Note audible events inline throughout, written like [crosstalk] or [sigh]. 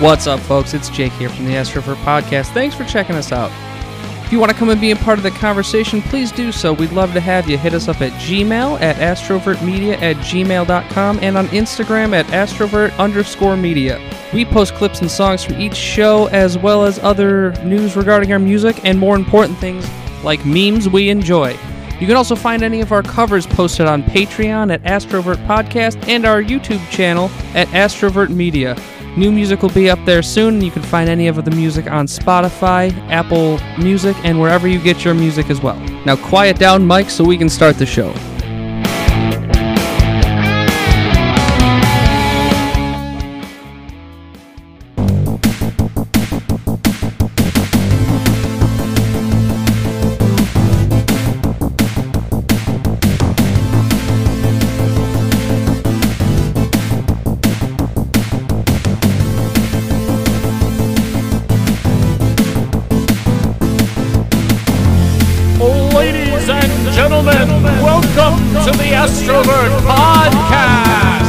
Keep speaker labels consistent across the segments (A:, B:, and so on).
A: What's up, folks? It's Jake here from the Astrofer Podcast. Thanks for checking us out. If you want to come and be a part of the conversation, please do so. We'd love to have you. Hit us up at Gmail at astrovertmedia at gmail.com and on Instagram at astrovert underscore media. We post clips and songs from each show as well as other news regarding our music and more important things like memes we enjoy. You can also find any of our covers posted on Patreon at Astrovert Podcast and our YouTube channel at Astrovert Media. New music will be up there soon, and you can find any of the music on Spotify, Apple Music, and wherever you get your music as well. Now, quiet down, Mike, so we can start the show.
B: Ladies and gentlemen, welcome to the Astrovert Podcast.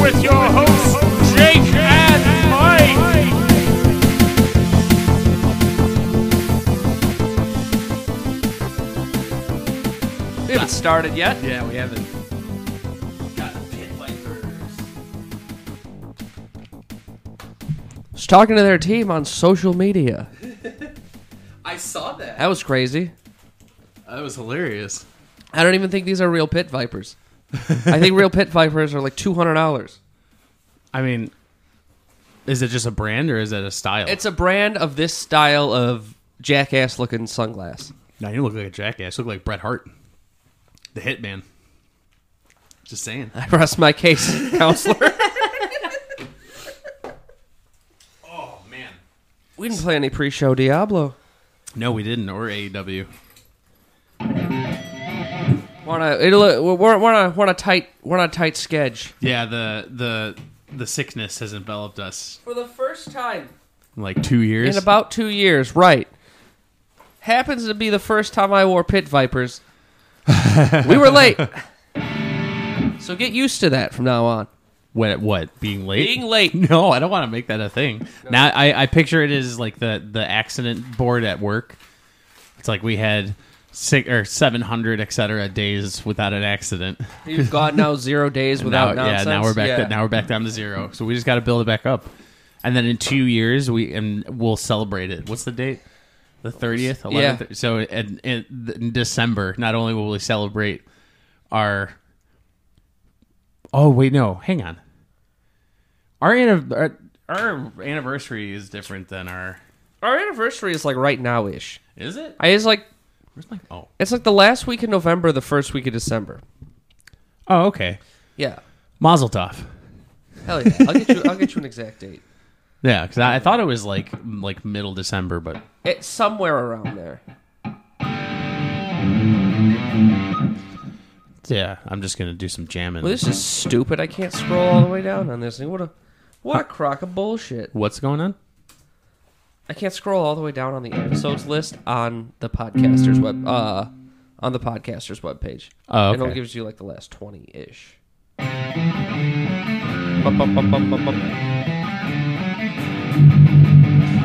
B: With your hosts, Jake and Mike.
A: We haven't started yet.
B: Yeah, we haven't.
A: Just talking to their team on social media.
C: I saw that.
A: That was crazy.
C: That was hilarious.
A: I don't even think these are real pit vipers. I think real pit vipers are like two hundred dollars.
C: I mean, is it just a brand or is it a style?
A: It's a brand of this style of jackass looking sunglass.
C: no, you look like a jackass. You look like Bret Hart, the Hitman. Just saying.
A: I rest my case, [laughs] counselor.
C: Oh man.
A: we didn't play any pre-show Diablo.
C: No, we didn't. Or E AEW.
A: We're on a it'll, we're, we're on a we're on a tight we're on a tight sketch.
C: Yeah, the the the sickness has enveloped us
A: For the first time
C: in like two years.
A: in about two years, right? Happens to be the first time I wore pit
C: [laughs]
A: vipers. we were late, so get used to that from now on.
C: what? What? Being late.
A: Being late.
C: [laughs] No, I don't want to make that a thing. Now I, I picture it as like the the accident board at work. It's like we had six or seven hundred et cetera days without an accident.
A: You've gone now zero days without
C: [laughs] now, yeah,
A: nonsense.
C: now we're back.
A: Yeah.
C: now we're back down to zero. So we just got to build it back up, and then in two years we and we'll celebrate it. What's the date? The thirtieth.
A: Yeah.
C: So in, in, in December, not only will we celebrate our. Oh wait, no, hang on. Our anniv- our, our anniversary is different than our.
A: Our anniversary is like right now ish.
C: Is it?
A: I is like
C: Where's my? Oh.
A: it's like the last week in November, the first week of December.
C: Oh okay.
A: Yeah,
C: Mazel tov.
A: hell yeah. I'll get you. I'll get you an exact date.
C: Yeah, because I, I thought it was like like middle December, but
A: It's somewhere around there.
C: yeah, I'm just gonna do some jamming.
A: Well, this is stupid. I can't scroll all the way down on this thing. What a what a crock of bullshit.
C: What's going on?
A: I can't scroll all the way down on the episodes list on the podcasters web uh on the podcasters webpage.
C: Oh,
A: It only
C: okay.
A: gives you like the last twenty ish. Bum, bum, bum, bum, bum, bum.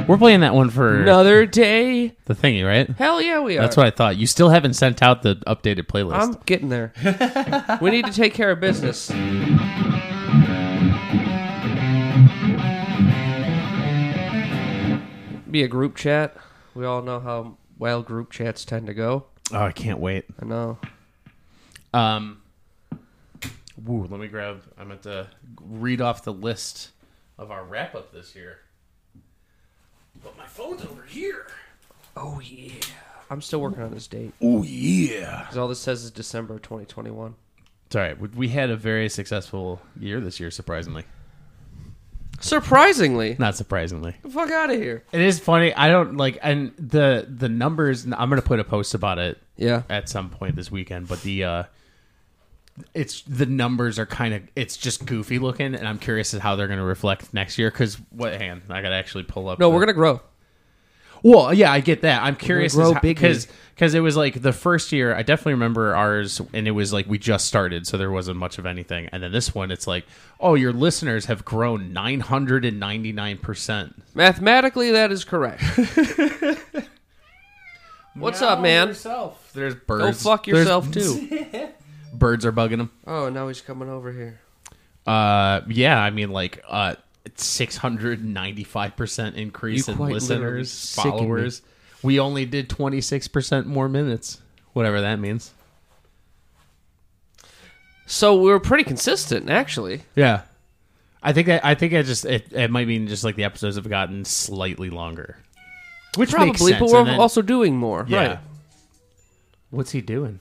C: We're playing that one for
A: Another day.
C: the thingy, right?
A: Hell yeah, we are.
C: That's what I thought. You still haven't sent out the updated playlist.
A: I'm getting [laughs] there. we need to take care of business. Be a group chat. We all know how well group chats tend to go.
C: oh, I can't wait.
A: I know.
C: Um, woo, let me grab. I'm at to read off the list of our wrap up this year. But my phone's over here.
A: Oh yeah. I'm still working on this date
C: Oh yeah.
A: because all this says is December 2021.
C: It's all right. We- We had a very successful year this year, surprisingly.
A: Surprisingly,
C: Not surprisingly.
A: the fuck out of here.
C: It is funny. I don't like, and the the numbers. I'm gonna put a post about it
A: Yeah.
C: at some point this weekend, but the uh it's the numbers are kind of it's just goofy looking, and I'm curious as how they're going to reflect next year. Because what hand I got to actually pull up.
A: No,
C: the-
A: we're gonna grow.
C: Well, yeah, I get that. I'm curious
D: grow bigly.
C: because because it was like the first year. I definitely remember ours, and it was like we just started, so there wasn't much of anything. And then this one, it's like, oh, your listeners have grown 999 percent.
A: Mathematically, that is [laughs] correct. What's up, man?
C: Yourself. There's
A: Go
C: birds.
A: fuck
C: There's-
A: yourself too.
C: [laughs] Birds are bugging them.
A: Oh, now he's coming over here.
C: Uh, yeah, I mean, like, uh, 695% increase
A: You
C: in
A: quite literally
C: listeners,
A: sickened me.
C: followers. We only did 26% more minutes, whatever that means.
A: So we were pretty consistent, actually.
C: Yeah. I think I, I think I just it, it might mean just like the episodes have gotten slightly longer, which makes
A: Probably,
C: sense.
A: but we're
C: and then-
A: also doing more.
C: yeah.
A: Right.
C: What's he doing?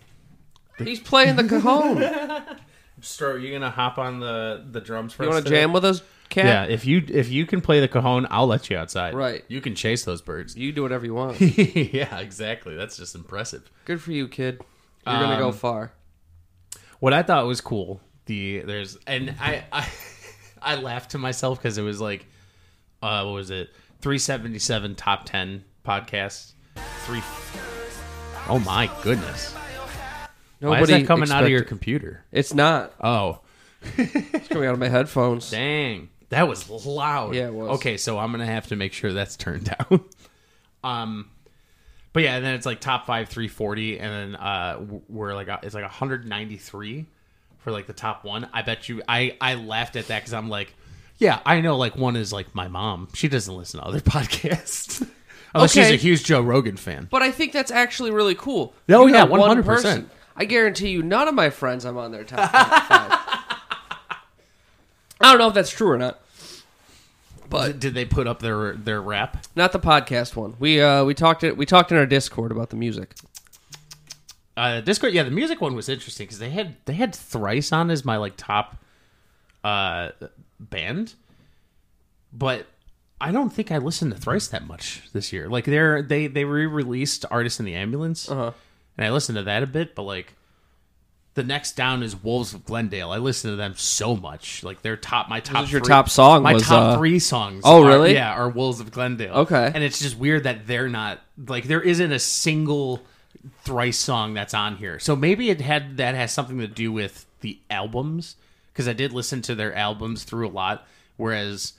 A: He's playing the cajon.
C: Stro, are you gonna hop on the the drums for
A: you want to jam with us, Cat?
C: Yeah, if you if you can play the cajon, I'll let you outside.
A: Right.
C: you can chase those birds. [laughs]
A: You do whatever you want.
C: yeah, exactly. That's just impressive.
A: Good for you, kid. You're gonna go far.
C: what I thought was cool. The there's and I I, [laughs] I laughed to myself because it was like, uh, what was it? Three seventy seven top ten podcasts. Three oh my goodness! Why is
A: Nobody
C: that coming out of your
A: expected-
C: computer?
A: It's
C: [laughs]
A: not.
C: Oh
A: It's coming out of my headphones.
C: dang, that was loud.
A: Yeah, it was.
C: Okay, so I'm gonna have to make sure that's turned [laughs] down. um. But yeah, and then it's like top five, three forty, and then uh, we're like it's like hundred ninety three for like the top one. I bet you, I I laughed at that because I'm like, yeah, I know. Like one is like my mom; she doesn't listen to other [laughs] podcasts. [laughs] Unless she's
A: Okay.
C: a huge Joe Rogan fan.
A: But I think that's actually really cool.
C: Oh,
A: You
C: yeah,
A: got one
C: 100%.
A: person. I guarantee you, none of my friends I'm on their top five. I don't know if that's true or not. But
C: Did they put up their their rap?
A: not the podcast one. We uh we talked it. We talked in our Discord about the music.
C: Uh, Discord, yeah, the music one was interesting because they had they had thrice on as my like top uh band, but I don't think I listened to thrice that much this year. Like they're they they re released "Artist in the Ambulance,"
A: Uh-huh.
C: and I listened to that a bit, but like the next down is Wolves of Glendale. I listened to them so much. Like their top my top
A: was your
C: three-
A: top song
C: My
A: was,
C: top
A: uh,
C: three songs.
A: Oh,
C: are-
A: really?
C: yeah, uh, are Wolves of Glendale.
A: Okay.
C: and it's just weird that they're not like there isn't a single thrice song that's on here. So maybe it had that has something to do with the albums because I did listen to their albums through a lot, whereas.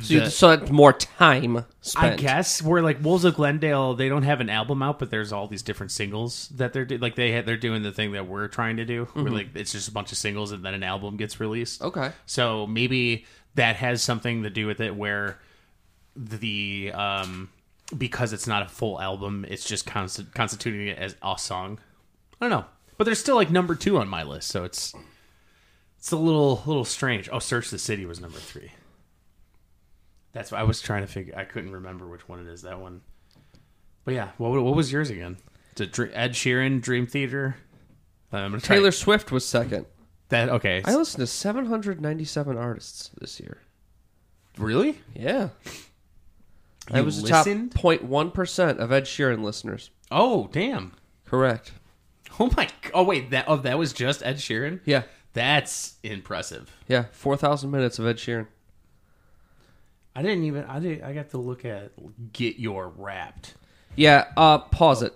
A: So, you,
C: the-
A: so that's more time spent.
C: I guess we're like Wolves of Glendale. They don't have an album out, but there's all these different singles that they're do- like they ha- they're doing the thing that we're trying to do. Where like it's just a bunch of singles and then an album gets released.
A: Mm-hmm. Okay.
C: so maybe that has something to do with it, where the um because it's not a full album, it's just consti- constituting it as a song. I don't know, but they're still like number two on my list, so it's it's a little little strange. Oh, Search the City was number three. That's what I was trying to figure. I couldn't remember which one it is. That one. But yeah, what what was yours again? Did Dr- Ed Sheeran Dream Theater? Uh, I'm gonna try
A: Taylor Swift was second.
C: that. Okay,
A: I listened to 797 artists this year.
C: really?
A: Yeah. I
C: You
A: was
C: listened?
A: the top 0.1% of Ed Sheeran listeners.
C: Oh damn!
A: Correct.
C: Oh my! Oh wait, that oh that was just Ed Sheeran.
A: Yeah.
C: that's impressive.
A: Yeah. 4,000 minutes of Ed Sheeran.
C: I didn't even. I did. I got to look at Get Your Wrapped.
A: Yeah. Uh, pause it.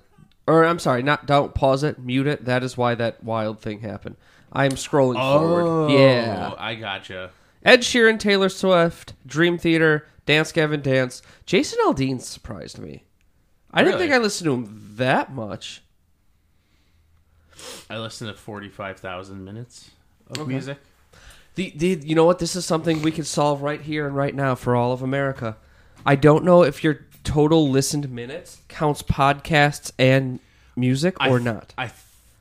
A: Or I'm sorry, not don't pause it, mute it. That is why that wild thing happened. I'm scrolling
C: Oh.
A: forward. Yeah.
C: I gotcha.
A: Ed Sheeran, Taylor Swift, Dream Theater, Dance Gavin Dance. Jason Aldean surprised me. I didn't
C: Really?
A: think I listened to him that much.
C: I listened to forty five thousand minutes of music.
A: The, the you know what? This is something we could solve right here and right now for all of America. I don't know if your total listened minutes counts podcasts and music
C: I
A: or
C: th-
A: not.
C: I. Th-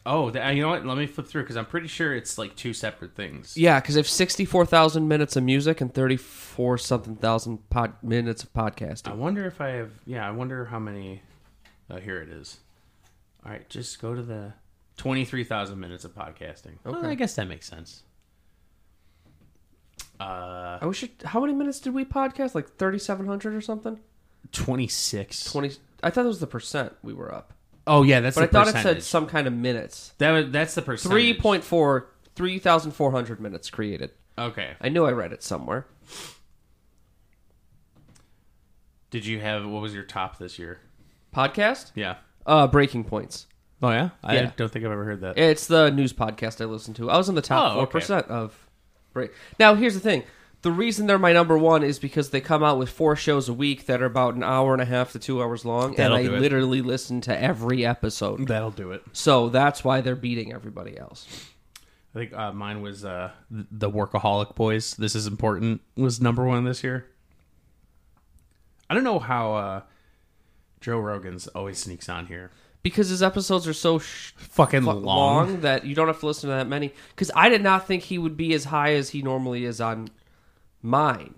C: oh, th- you know what? Let me flip through because I'm pretty sure it's like two separate things.
A: Yeah, because if sixty-four thousand minutes of music and thirty-four something thousand pod- minutes of
C: I
A: podcasting.
C: wonder if I have. Yeah, I wonder how many. Oh, here it is. All right, just go to the twenty-three thousand minutes of podcasting. Okay, I guess that makes sense. Uh.
A: I wish. It, how many minutes did we podcast? Like thirty-seven hundred or something.
C: Twenty-six.
A: Twenty. I thought that was the percent we were up,
C: Oh yeah, that's.
A: but I
C: the
A: thought it
C: percentage.
A: said some kind of minutes.
C: that. Was, that's the percentage.
A: Three point four, three thousand four hundred minutes created.
C: Okay.
A: I knew I read it somewhere.
C: Did you have what was your top this year?
A: Podcast?
C: Yeah.
A: Uh, Breaking Points.
C: Oh yeah. I
A: Yeah.
C: don't think I've ever heard that.
A: It's the news podcast I listen to. I was in the top
C: Oh,
A: four
C: okay.
A: percent of break. Now here's the thing: the reason they're my number one is because they come out with four shows a week that are about an hour and a half to two hours long,
C: That'll
A: and
C: do
A: I
C: it.
A: literally listen to every episode.
C: That'll do it.
A: So that's why they're beating everybody else.
C: I think uh, mine was uh, th- the Workaholic Boys. This is important was number one this year. I don't know how uh, Joe Rogan's always sneaks on here.
A: Because his episodes are so sh-
C: Fucking
A: fu-
C: long.
A: long that you don't have to listen to that many. Because I did not think he would be as high as he normally is on mine.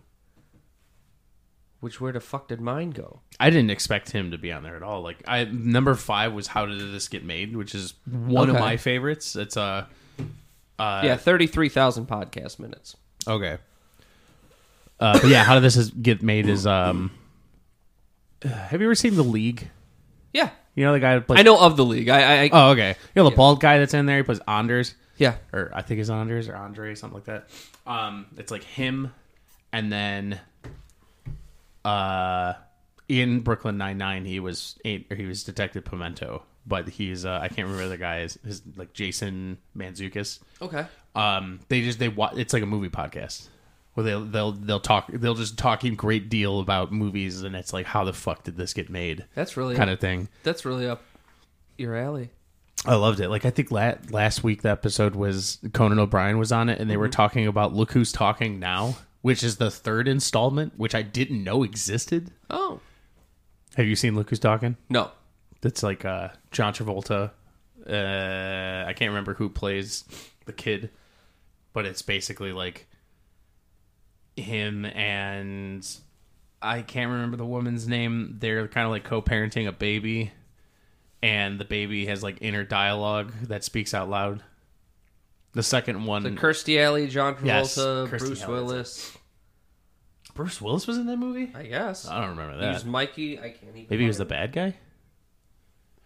A: Which where the fuck did mine go?
C: I didn't expect him to be on there at all. Like I number five was How Did This Get Made, which is one
A: Okay.
C: of my favorites. It's uh uh
A: yeah, thirty three thousand podcast minutes.
C: Okay. Uh, but yeah, how did this is, get made is um. [sighs] Have you ever seen the League?
A: Yeah,
C: You know the guy that plays.
A: I know of the league. I, I, I
C: Oh, okay. You know the bald guy that's in there. He plays Anders,
A: yeah.
C: or I think it's Anders or Andre, something like that. Um, it's like him, and then, uh, in Brooklyn Nine Nine, he was or he was Detective Pimento, but he's uh, I can't remember the guy is his like Jason Manzukis.
A: Okay.
C: um they just they watch it's like a movie podcast where they'll they'll they'll talk they'll just talk a great deal about movies and it's like how the fuck did this get made
A: That's really
C: kind of thing
A: that's really up your alley.
C: i loved it like i think la- last week the episode was conan o'brien was on it and they were talking about look who's talking now which is the third installment which i didn't know existed
A: Oh.
C: have you seen look who's talking
A: No.
C: that's like uh john travolta uh i can't remember who plays the kid but it's basically like him and i can't remember the woman's name they're kind of like co-parenting a baby and the baby has like inner dialogue that speaks out loud the second one
A: The Kirstie Alley, John
C: Mm. Yes,
A: Travolta,
C: Kirstie
A: Bruce
C: Alley, that's
A: Willis.
C: bruce willis was in that movie
A: I guess.
C: i don't remember
A: he was
C: Uh, that
A: Mikey. I can't even.
C: maybe he was the bad guy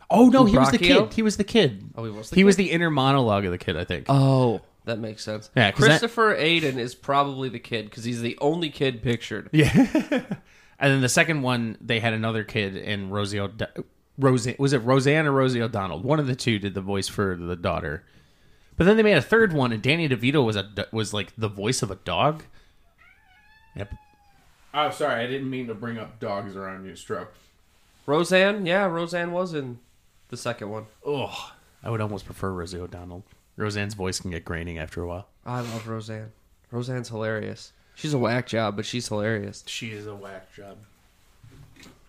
C: oh no he was the
A: Braccio?
C: kid he was the kid
A: Oh, he was the
C: he was
A: kid?
C: the inner monologue of the kid i think
A: Oh, that makes sense.
C: Yeah, 'cause that-
A: Christopher Aiden is probably the kid because he's the only kid pictured.
C: Yeah. [laughs] and then the second one, they had another kid, and Rosie, O'D- Rosie was it Roseanne or Rosie O'Donnell? One of the two did the voice for the daughter. But then they made a third one, and Danny DeVito was a do- was like the voice of a dog. Yep. I'm Oh, sorry, I didn't mean to bring up dogs around you, Stroke.
A: Roseanne, yeah, Roseanne was in the second one.
C: Oh, I would almost prefer Rosie O'Donnell. Roseanne's voice can get graining after a while.
A: I love Roseanne. Roseanne's hilarious. She's a whack job, but she's hilarious.
C: She is a whack job.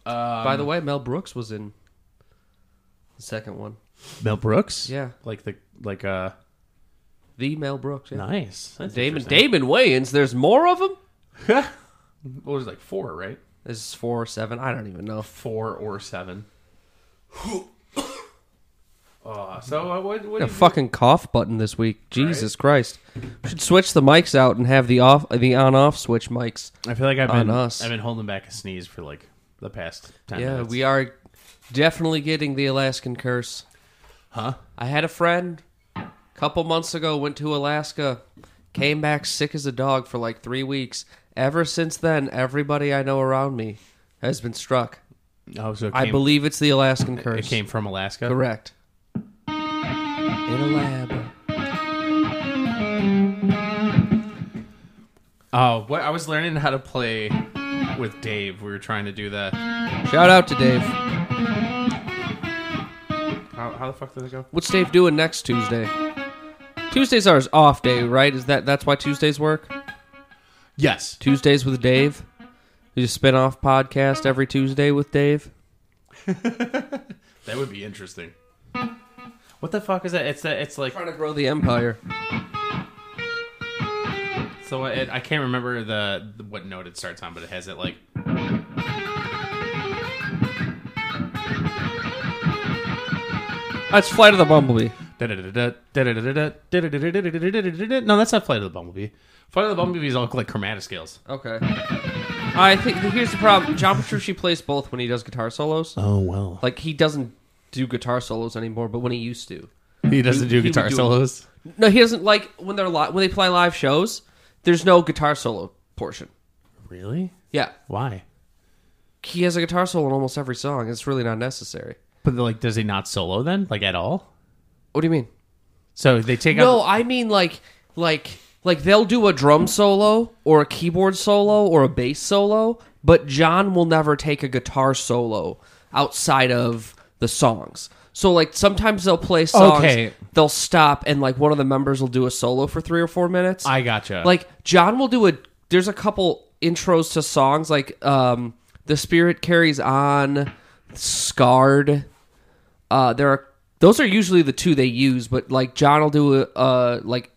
C: Um,
A: By the way, Mel Brooks was in the second one.
C: Mel Brooks,
A: Yeah,
C: like the like uh
A: the Mel Brooks. Yeah.
C: nice That's
A: Damon
C: interesting.
A: Damon Wayans. There's more of them.
C: What was it, like four, right?
A: This is four or seven. I don't even know.
C: four or seven. [coughs] uh, so uh, what? what
A: A
C: do you
A: fucking cough button this week. Jesus Christ. We should switch the mics out and have the off the on off switch mics.
C: I feel like I've
A: on
C: been
A: us.
C: I've been holding back a sneeze for like the past ten
A: Yeah,
C: minutes.
A: we are definitely getting the Alaskan curse.
C: huh?
A: I had a friend a couple months ago went to Alaska, came back sick as a dog for like 3 weeks. Ever since then, everybody I know around me has been struck.
C: Oh, so it
A: I
C: came-
A: believe it's the Alaskan
C: it
A: curse.
C: came from Alaska.
A: Correct. In a lab.
C: Oh, what? I was learning how to play with Dave. We were trying to do that.
A: Shout out to Dave.
C: How, how the fuck did it go?
A: What's Dave doing next Tuesday? Tuesdays are his off day, right? Is that that's why Tuesdays work?
C: Yes.
A: Tuesdays with Dave. You just spin off podcast every Tuesday with Dave.
C: That would be interesting. What the fuck is that? It's that. It's like
A: Trying to grow the empire.
C: so. It, I can't remember the, the what note it starts on, but it has it like.
A: That's Flight of the Bumblebee.
C: No, that's not Flight of the Bumblebee. Flight of the Bumblebee is all like chromatic scales.
A: Okay. I think here's the problem. John Petrucci plays both when he does guitar solos.
C: Oh well,
A: Like he doesn't do guitar solos anymore, but when he used to.
C: he doesn't
A: he
C: do
A: would
C: guitar
A: do it.
C: solos.
A: No, he doesn't like when they're li- when they play live shows. There's no guitar solo portion.
C: Really?
A: Yeah.
C: Why?
A: He has a guitar solo in almost every song. It's really not necessary.
C: But like, does he not solo then? Like at all?
A: What do you mean?
C: So they take
A: No,
C: out.
A: I mean like like like they'll do a drum solo or a keyboard solo or a bass solo, but John will never take a guitar solo outside of the songs. So like sometimes they'll play songs,
C: Okay.
A: they'll stop and like one of the members will do a solo for 3 or 4 minutes.
C: I gotcha.
A: Like John will do a there's a couple intros to songs like um The Spirit Carries On, Scarred. Uh there are those are usually the two they use, but like John will do a uh like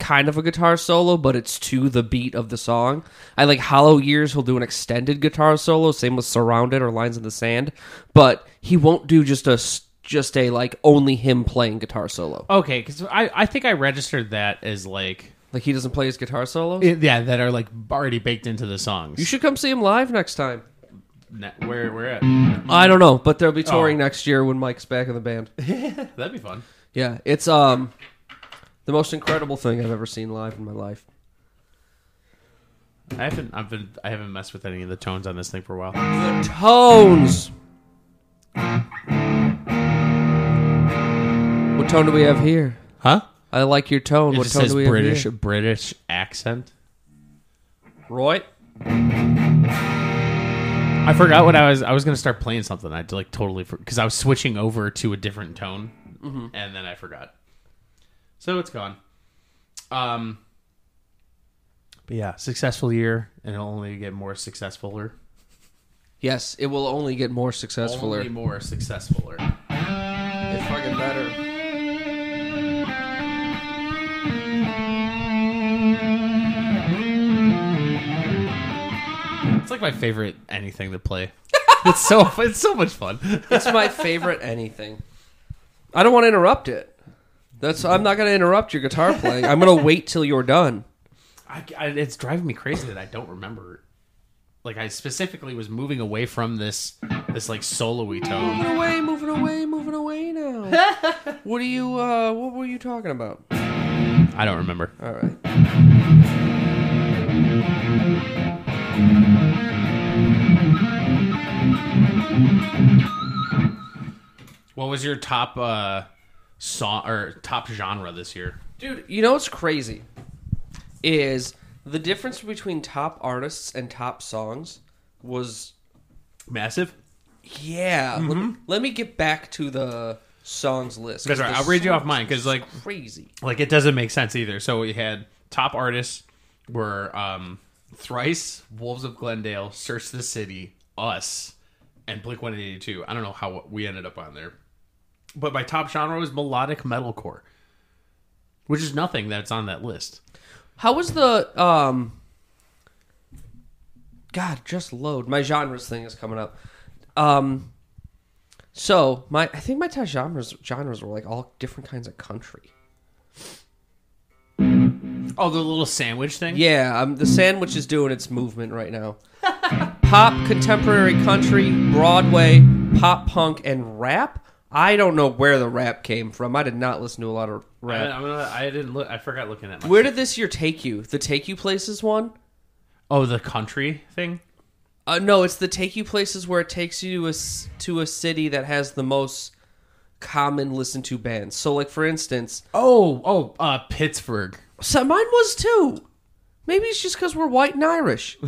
A: kind of a guitar solo, but it's to the beat of the song. I like Hollow Years he'll do an extended guitar solo, same with Surrounded or Lines in the Sand, but he won't do just a s- just a like only him playing guitar solo.
C: okay, because I I think I registered that as like
A: Like he doesn't play his guitar solos.
C: it- yeah that are like already baked into the songs.
A: You should come see him live next time.
C: Ne- where we're at.
A: I don't know, but they'll be touring
C: Oh.
A: next year when Mike's back in the band.
C: That'd be fun.
A: Yeah, it's um the most incredible thing I've ever seen live in my life.
C: I haven't I've been I haven't messed with any of the tones on this thing for a while.
A: The tones. What tone do we have here?
C: Huh?
A: I like your tone.
C: It
A: what
C: just
A: tone
C: says
A: do we
C: British
A: have
C: British accent.
A: here? Roy.
C: I forgot what I was. I was gonna start playing something. I like totally because I was switching over to a different tone, and then I forgot. So it's gone. Um. But yeah, successful year, and it'll only get more successfuler.
A: Yes, it will only get more successful.
C: Only more successfuler.
A: It's fucking better.
C: It's like my favorite anything to play. [laughs] it's so it's so much fun.
A: It's my favorite anything. I don't want to interrupt it. That's I'm not going to interrupt your guitar playing. I'm going to wait till you're done.
C: I, I- it's driving me crazy that I don't remember. Like I specifically was moving away from this this like solo-y tone.
A: Moving away, moving away, moving away
C: [laughs]
A: now. what are you? Uh, what were you talking about?
C: I don't remember.
A: All right.
C: What was your top uh song or top genre this year?
A: Dude, you know what's crazy is the difference between top artists and top songs was
C: Massive.
A: yeah. Let, me, let me get back to the songs list.
C: Mm-hmm.
A: 'cause
C: That's right.
A: the
C: I'll read you
A: song
C: off mine because like
A: is Crazy.
C: like it doesn't make sense either. So we had top artists were um Thrice, Wolves of Glendale, Search the City, Us, and Blink One Eighty Two. I don't know how we ended up on there, but my top genre was melodic metalcore, which is nothing that's on that list.
A: How was the um? God, just load. My genres thing is coming up. Um, so my I think my top genres genres were like all different kinds of country.
C: Oh, the little sandwich thing.
A: Yeah, um, the sandwich is doing its movement right now. pop, contemporary country, Broadway, pop punk, and rap. I don't know where the rap came from. I did not listen to a lot of
C: I,
A: rap.
C: I'm gonna- I didn't look. I forgot looking at my.
A: Where did this year take you? The Take You Places one?
C: Oh, the country thing.
A: Uh, no, it's the take you places where it takes you to a, s- to a city that has the most common listened to bands. So, like for instance,
C: Oh, oh, uh, Pittsburgh.
A: so mine was too. Maybe it's just because we're white and
C: [laughs]
A: Irish.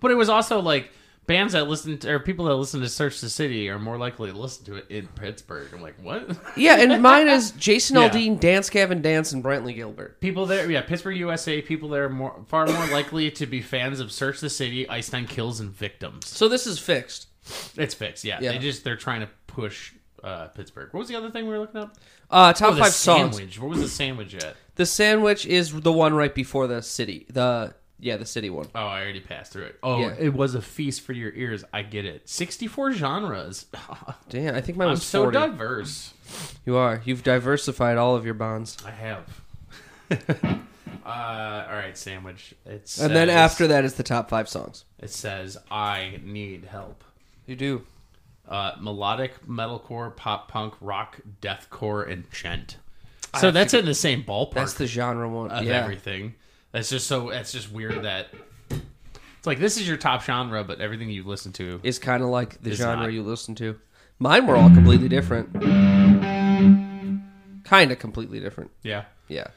C: But it was also like bands that listen to, or people that listen to Search the City are more likely to listen to it in Pittsburgh. I'm like, what? [laughs]
A: yeah, and mine is Jason
C: Yeah.
A: Aldean, Dance Gavin Dance, and Brantley Gilbert.
C: people there, yeah, Pittsburgh, USA. People there are more, far more likely to be fans of Search the City, Einstein Kills, and Victims.
A: So this is fixed.
C: It's fixed. Yeah,
A: Yeah.
C: they just they're trying to push uh, Pittsburgh. What was the other thing we were looking up?
A: Uh, top
C: Oh,
A: five
C: the
A: songs.
C: sandwich. What was the sandwich at?
A: The sandwich is the one right before the city. The yeah, the city one.
C: Oh, I already passed through it. Oh,
A: Yeah.
C: it was a feast for your ears. I get it. Sixty-four genres. [laughs]
A: Damn, I think mine
C: I'm
A: was
C: so
A: forty.
C: diverse.
A: You are. You've diversified all of your bonds.
C: I have.
A: [laughs]
C: uh, all right, sandwich. It's
A: And then after that is the top five songs.
C: it says, "I need help."
A: You do.
C: Uh, melodic metalcore, pop punk, rock, deathcore, and gent.
A: have
C: So
A: to
C: that's in the same ballpark
A: That's the genre one.
C: of
A: yeah.
C: everything. That's just so. That's just weird that It's like this is your top genre, but everything you listen to.
A: It's kind of like the
C: It's
A: genre
C: not.
A: you listen to. Mine were all completely different. Kind of completely different.
C: Yeah.
A: Yeah.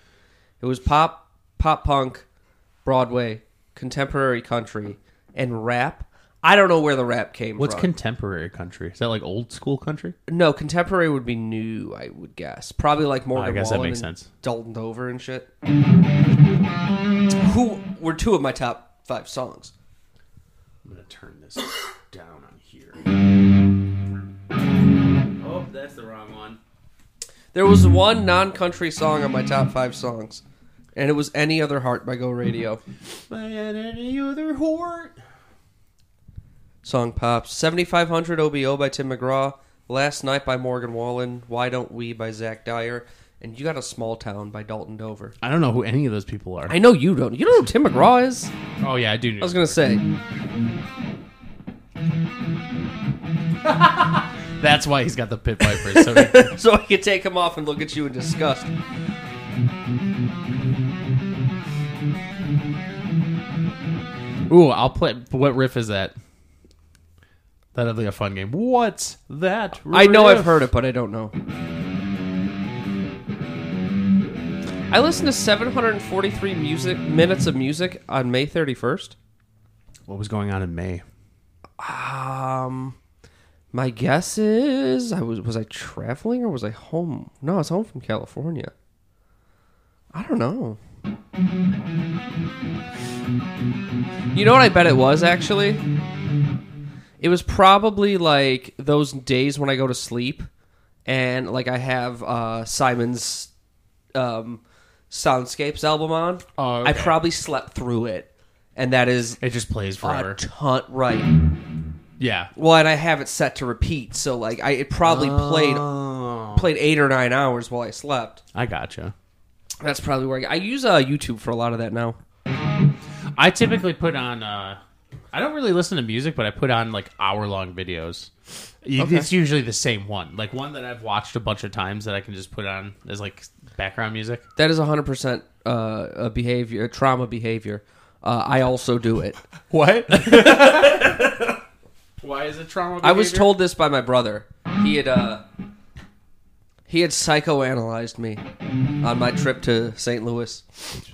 A: It was pop, pop punk, Broadway, contemporary country, and rap. I don't know where the rap came
C: What's
A: from.
C: contemporary country? Is that like old school country?
A: no, contemporary would be new, I would guess. Probably like Morgan
C: I guess that
A: Wallen
C: makes
A: and
C: sense.
A: Dalton Dover and shit. Who were two of my top five songs?
C: I'm gonna turn this [coughs] down on here. Oh, that's the wrong one.
A: There was one non-country song on my top five songs, and it was "Any Other Heart" by Go Radio.
C: By any other heart.
A: Song pops. "7500 OBO" by Tim McGraw. "Last Night" by Morgan Wallen. "Why Don't We" by Zach Dyer. And "You Got a Small Town" by Dalton Dover.
C: I don't know who any of those people are.
A: I know you don't. You don't know who Tim McGraw is. I
C: oh yeah, I do. Know.
A: was gonna say [laughs]
C: That's why he's got the pit vipers. So he- [laughs]
A: so I could take him off and look at you in disgust.
C: ooh, I'll play. What riff is that? That'll be a fun game. What's that?
A: I know I've
C: riff?
A: heard it, but I don't know. I listened to 743 music minutes of music on May 31st.
C: What was going on in May?
A: Um, my guess is I was was I traveling or was I home? No, I was home from California. I don't know. You know what I bet it was actually? It was probably like those days when I go to sleep and like I have uh Simon's um Soundscapes album on.
C: Oh,
A: I
C: okay.
A: probably slept through it. And that is
C: It just plays
A: a
C: forever.
A: ton right.
C: yeah.
A: Well, and I have it set to repeat, so like I it probably played played eight or nine hours while I slept.
C: I gotcha.
A: That's probably where I, I use uh, YouTube for a lot of that now.
C: I typically put on. Uh, I don't really listen to music, but I put on like hour long videos. Y-
A: Okay.
C: It's usually the same one, like one that I've watched a bunch of times that I can just put on as like background music.
A: That is hundred percent uh, a behavior, a trauma behavior. Uh, I also do [laughs] it.
C: [laughs] What? Why is it trauma?
A: I was told this by my brother. He had uh, he had psychoanalyzed me on my trip to St. Louis,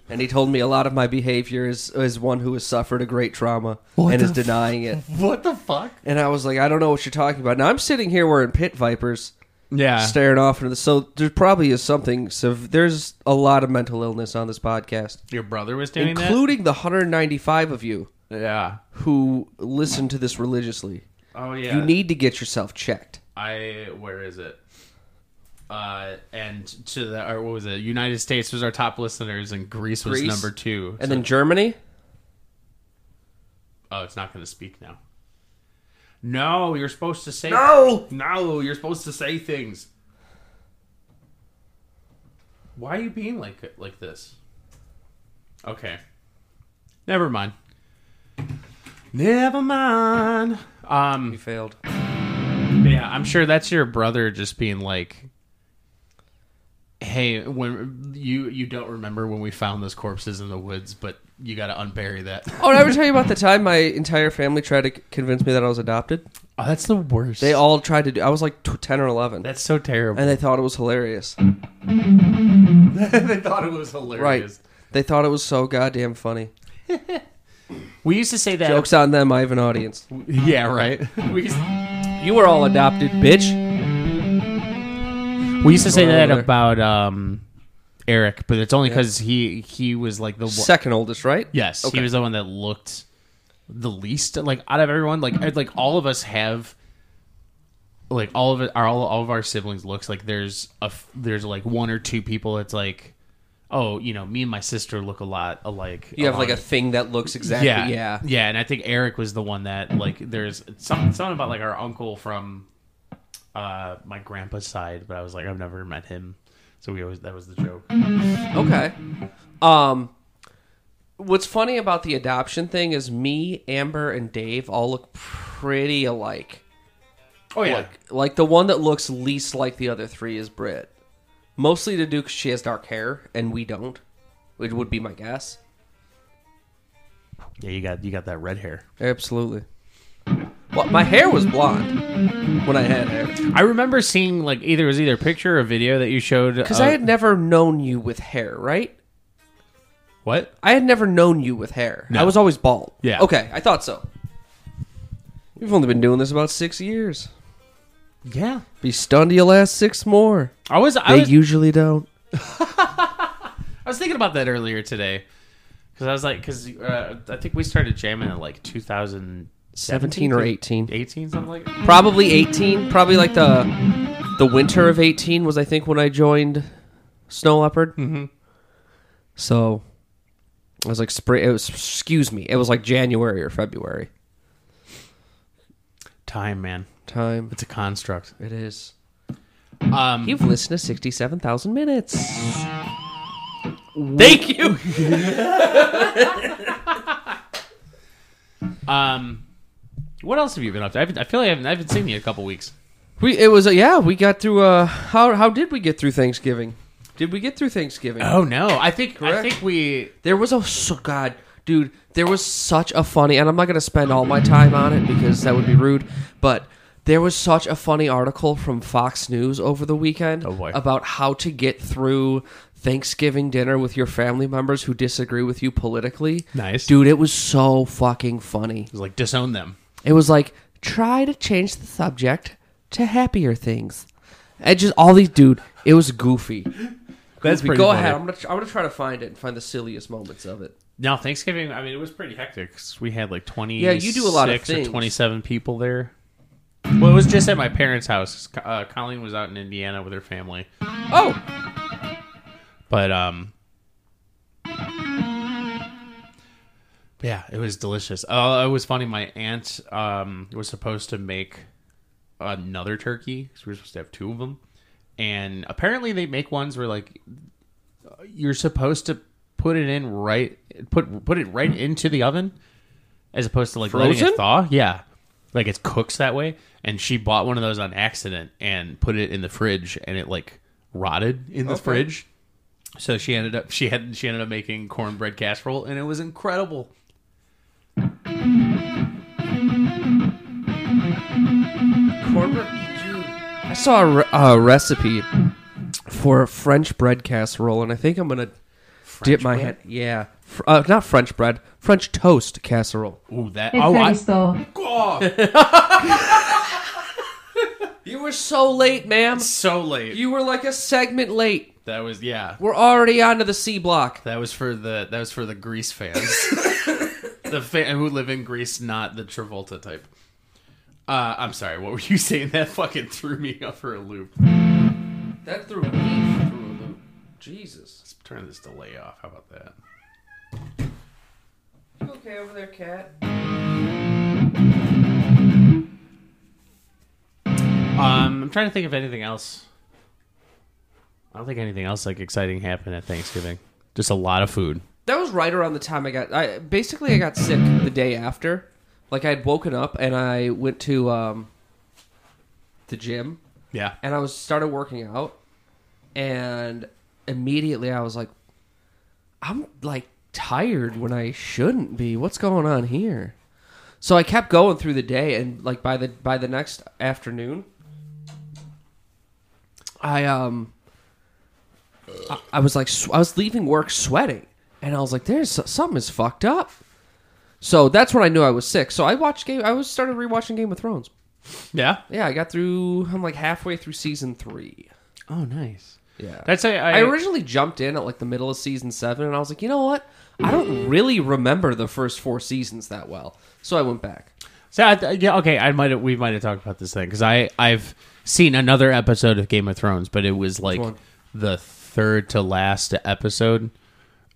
A: and he told me a lot of my behavior is is one who has suffered a great trauma and is denying it.
C: What the fuck?
A: And I was like, I don't know what you're talking about. Now I'm sitting here wearing pit vipers,
C: Yeah.
A: staring off into the. So there probably is something. So there's a lot of mental illness on this podcast,
C: Your brother was doing
A: including the 195 of you
C: that. Yeah.
A: who listen to this religiously.
C: Oh yeah.
A: You need to get yourself checked.
C: I where is it? Uh, and to the or what was it? United States was our top listeners, and Greece was
A: Greece?
C: number two.
A: And then Germany.
C: Oh, it's not going to speak now. No, you're supposed to say
A: No!
C: No, you're supposed to say things. Why are you being like like this? Okay. Never mind. Never mind. Um
A: You failed.
C: yeah, I'm sure that's your brother just being like Hey, when you you don't remember when we found those corpses in the woods, but you got to unbury that.
A: Oh, and I ever tell you about the time my entire family tried to c- convince me that I was adopted?
C: Oh, that's the worst.
A: They all tried to do. I was like t- ten or eleven,
C: that's so terrible.
A: and they thought it was hilarious.
C: [laughs] they thought it was
A: Right?
C: hilarious.
A: They thought it was so goddamn funny.
C: We used to say that.
A: Jokes on them. I have an audience. [laughs]
C: Yeah, right. [laughs] we, used,
A: You were all adopted, bitch.
C: we used to say
A: Going
C: that
A: over there.
C: about um, Eric, but it's only because he he was like the one.
A: Second oldest, right?
C: yes,
A: Okay.
C: he was the one that looked the least like out of everyone. Like I- like all of us have. Like all of it, our all, all of our siblings looks like there's a f- there's like one or two people. It's like, oh, you know, me and my sister look a lot alike.
A: You have like a
C: along-
A: thing that looks exactly yeah.
C: yeah, yeah. And I think Eric was the one that like there's some something about like our uncle from uh my grandpa's side, but I was like I've never met him, so we always that was the joke.
A: Okay. Um what's funny about the adoption thing is me, Amber and Dave all look pretty alike.
C: Oh yeah,
A: Like like the one that looks least like the other 3 is Brit. Mostly to do 'cause she has dark hair and we don't. It would be my guess.
C: Yeah, you got you got that red hair.
A: Absolutely. Well, my hair was blonde when I had hair.
C: I remember seeing like either it was either a picture or a video that you showed. uh,
A: Because I had never known you with hair, right?
C: what?
A: I had never known you with hair.
C: No.
A: I was always bald.
C: Yeah.
A: Okay, I thought so. You've only been doing this about six years.
C: Yeah,
A: Be stunned to your last six more.
C: I was. I
A: They
C: was,
A: usually don't.
C: I was thinking about that earlier today because I was like, because uh, I think we started jamming in like 2017
A: 17 or 18.
C: 18 something like. That.
A: Probably 18. Probably like the the winter of 18 was I think when I joined Snow Leopard. Mm-hmm. So it was like spring. It was excuse me. It was like January or February
C: Time, man,
A: time.
C: it's a construct.
A: It is.
C: Um,
A: You've listened to 67,000 minutes.
C: Thank you. [laughs] um, what else have you been up to? I, haven't- I feel like I haven't, I haven't seen you in a couple weeks.
A: We it was yeah. We got through. Uh, how how did we get through Thanksgiving? Did we get through Thanksgiving?
C: Oh no, I think I
A: Correct.
C: think we.
A: There was a so god, dude. There was such a funny, and I'm not gonna spend all my time on it because that would be rude. But there was such a funny article from Fox News over the weekend
C: Oh, boy.
A: about how to get through Thanksgiving dinner with your family members who disagree with you politically.
C: Nice.
A: dude. It was so fucking funny.
C: It was like disown them.
A: It was like try to change the subject to happier things. And just all these dude, it was goofy.
C: That's
A: Goofy.
C: pretty
A: Go
C: funny.
A: ahead. I'm gonna tr- I'm gonna try to find it and find the silliest moments of it.
C: No, Thanksgiving. I mean, it was pretty hectic. 'cause we had like twenty.
A: you do a lot of things.
C: Or Twenty-seven people there. Well, it was just at my parents' house. Uh, Colleen was out in Indiana with her family,
A: Oh,
C: but um, yeah, it was delicious. Uh, it was funny. My aunt um was supposed to make another turkey. 'cause we were supposed to have two of them, and apparently they make ones where like you're supposed to put it in right put put it right into the oven as opposed to like letting
A: Frozen?
C: it thaw. Yeah. Like it cooks that way. And she bought one of those on accident and put it in the fridge and it like rotted in the fridge. So she ended up she had she ended up making cornbread casserole and it was incredible.
A: cornbread. Dude. I saw a, re- a recipe for a French bread casserole, and I think I'm gonna dip my head. Yeah, Fr- uh, not French bread, French toast casserole.
C: Ooh that
E: It's
C: oh I,
E: Aristo.
A: You were so late, ma'am.
C: so late.
A: You were like a segment late.
C: that was yeah.
A: We're already onto the C block.
C: That was for the that was for the Greece [laughs] fans, the fan who live in Greece, not the Travolta type. Uh, I'm sorry. What were you [laughs] saying? That fucking threw me up for a loop.
A: That threw me through a loop. Jesus.
C: Let's turn this delay off. How about that?
A: okay over there, cat?
C: Um, I'm trying to think of anything else. I don't think anything else like exciting happened at Thanksgiving. Just a lot of food.
A: That was right around the time I got. I basically I got sick the day after. Like I had woken up and I went to um, the gym
C: Yeah.
A: and I was started working out, and immediately I was like, I'm like tired when I shouldn't be. What's going on here? So I kept going through the day, and like by the by the next afternoon, I um, I, I was like sw- I was leaving work sweating, and I was like, "There's something is fucked up." So that's when I knew I was sick. So I watched game. I was started rewatching Game of Thrones.
C: Yeah.
A: Yeah, I got through. I'm like halfway through season three.
C: Oh, nice.
A: Yeah,
C: That's a, I,
A: I originally jumped in at like the middle of season seven, and I was like, you know what? I
C: [clears throat]
A: don't really remember the first four seasons that well, so I went back.
C: So I, yeah, okay, I might have, we might have talked about this thing because I I've seen another episode of Game of Thrones, but it was like
A: one?
C: the third to last episode,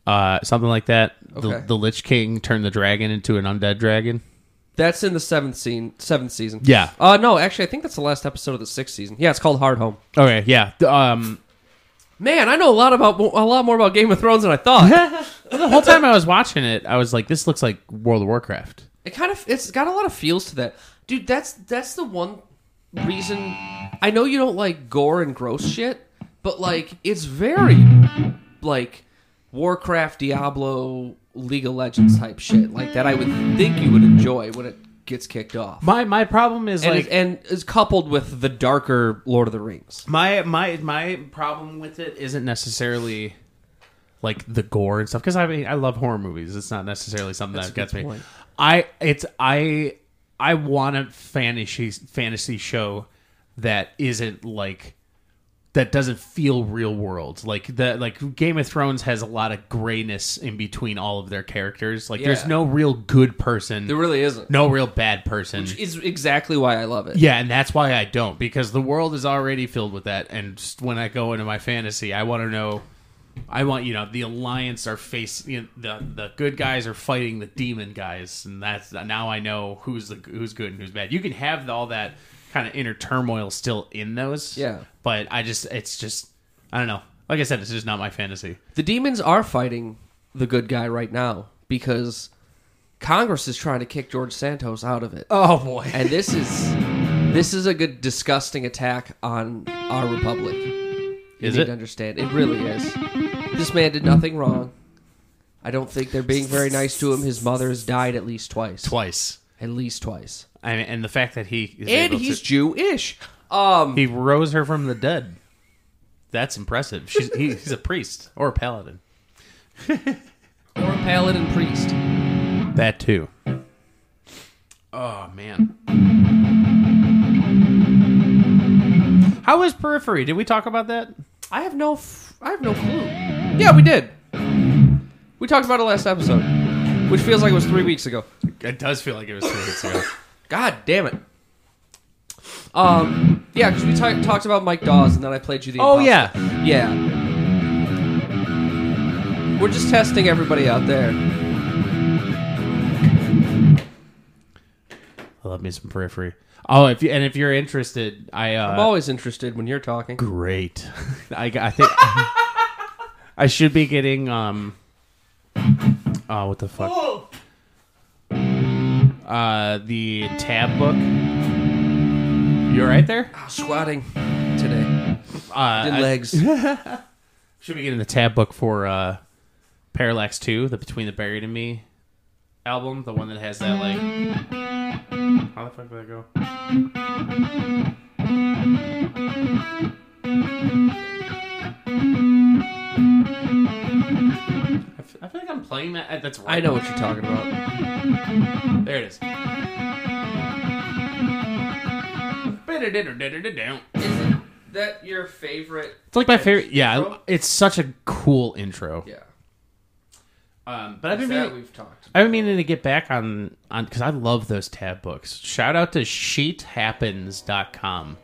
C: uh, something like that.
A: Okay.
C: The, the Lich King turned the dragon into an undead dragon.
A: That's in the seventh scene, seventh season.
C: Yeah.
A: Uh, no, actually, I think that's the last episode of the sixth season. Yeah, it's called Hard Home.
C: Okay, yeah. The, Um,
A: Man, I know a lot about a lot more about Game of Thrones than I thought.
C: the whole time I was watching it, I was like, this looks like World of Warcraft.
A: it kind of it's got a lot of feels to that, dude. That's that's the one reason I know you don't like gore and gross shit, but like it's very like Warcraft, Diablo, League of Legends type shit like that. I would think you would enjoy when it gets kicked off,
C: My my problem is
A: and,
C: like
A: is, and is coupled with the darker Lord of the Rings.
C: my my my problem with it isn't necessarily like the gore and stuff because I mean I love horror movies. It's not necessarily something that gets me. I it's I I want a fantasy fantasy show that isn't like that doesn't feel real world. Like the like Game of Thrones has a lot of grayness in between all of their characters. Like there's
A: Yeah.
C: no real good person.
A: There really isn't.
C: no real bad person.
A: is exactly why I love it.
C: Yeah, and that's why I don't because the world is already filled with that. And just when I go into my fantasy, I want to know. I want you know the alliance are facing you know, the the good guys are fighting the demon guys, and that's now I know who's the who's good and who's bad. You can have all that kind of inner turmoil still in those.
A: Yeah.
C: but I just it's just I don't know. Like I said, it's just not my fantasy.
A: The demons are fighting the good guy right now because Congress is trying to kick George Santos out of it.
C: Oh boy.
A: And this is this is a good disgusting attack on our republic. You
C: Is
A: need
C: it?
A: to understand. It really is. This man did nothing wrong. I don't think they're being very nice to him. His mother has died at least twice.
C: Twice.
A: At least twice.
C: I mean, and the fact that he
A: And
C: is able to-
A: he's Jewish. Um
C: He rose her from the dead. That's impressive. She's, he's a priest or a paladin.
A: or a paladin priest.
C: That too. Oh man. How was Periphery? Did we talk about that?
A: I have no, f- I have no clue. Yeah, we did. We talked about it last episode, which feels like it was three weeks ago.
C: It does feel like it was three weeks ago. [laughs]
A: God damn it. Um, yeah, because we ta- talked about Mike Dawes, and then I played you the.
C: oh
A: Imposter.
C: yeah.
A: yeah. We're just testing everybody out there.
C: I love me some Periphery. Oh, if you, and if you're interested, I uh,
A: I'm always interested when you're talking.
C: great. [laughs] I, got- I think [laughs] I should be getting um. Oh, what the fuck? Uh, the tab book. You all right there?
A: I'm squatting today.
C: Uh,
A: Did
C: I
A: legs.
C: should be getting the tab book for uh, Parallax Two, the Between the Buried and Me album, the one that has that like. How the fuck did that go? I f- I feel like I'm playing that. uh, That's right.
A: I know what you're talking about.
C: There it is. It's
A: Is that your favorite?
C: like my favorite. Yeah,
A: Intro?
C: it's such a cool intro.
A: Yeah.
C: Um, but I've been
A: That
C: meaning,
A: we've talked.
C: I've been meaning to get back on on because I love those tab books. Shout out to sheethappens.com.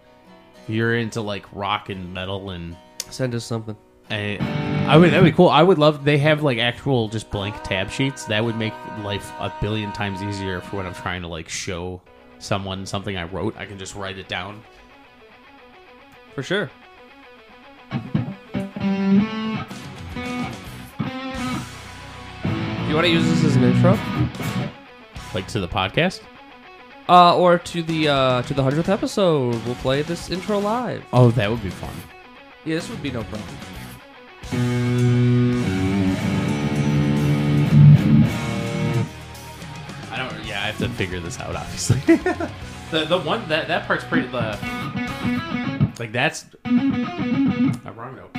C: If you're into like rock and metal and
A: Send us something.
C: I, I would that'd be cool. I would love they have like actual just blank tab sheets. That would make life a billion times easier for when I'm trying to like show someone something I wrote. I can just write it down.
A: For sure. Do you want to use this as an intro?
C: Like to the podcast?
A: Uh, or to the uh, to the hundredth episode, we'll play this intro live.
C: Oh, that would be fun.
A: Yeah, this would be no problem.
C: I don't yeah, I have to figure this out obviously. [laughs] the the one that that part's pretty the like that's a wrong note.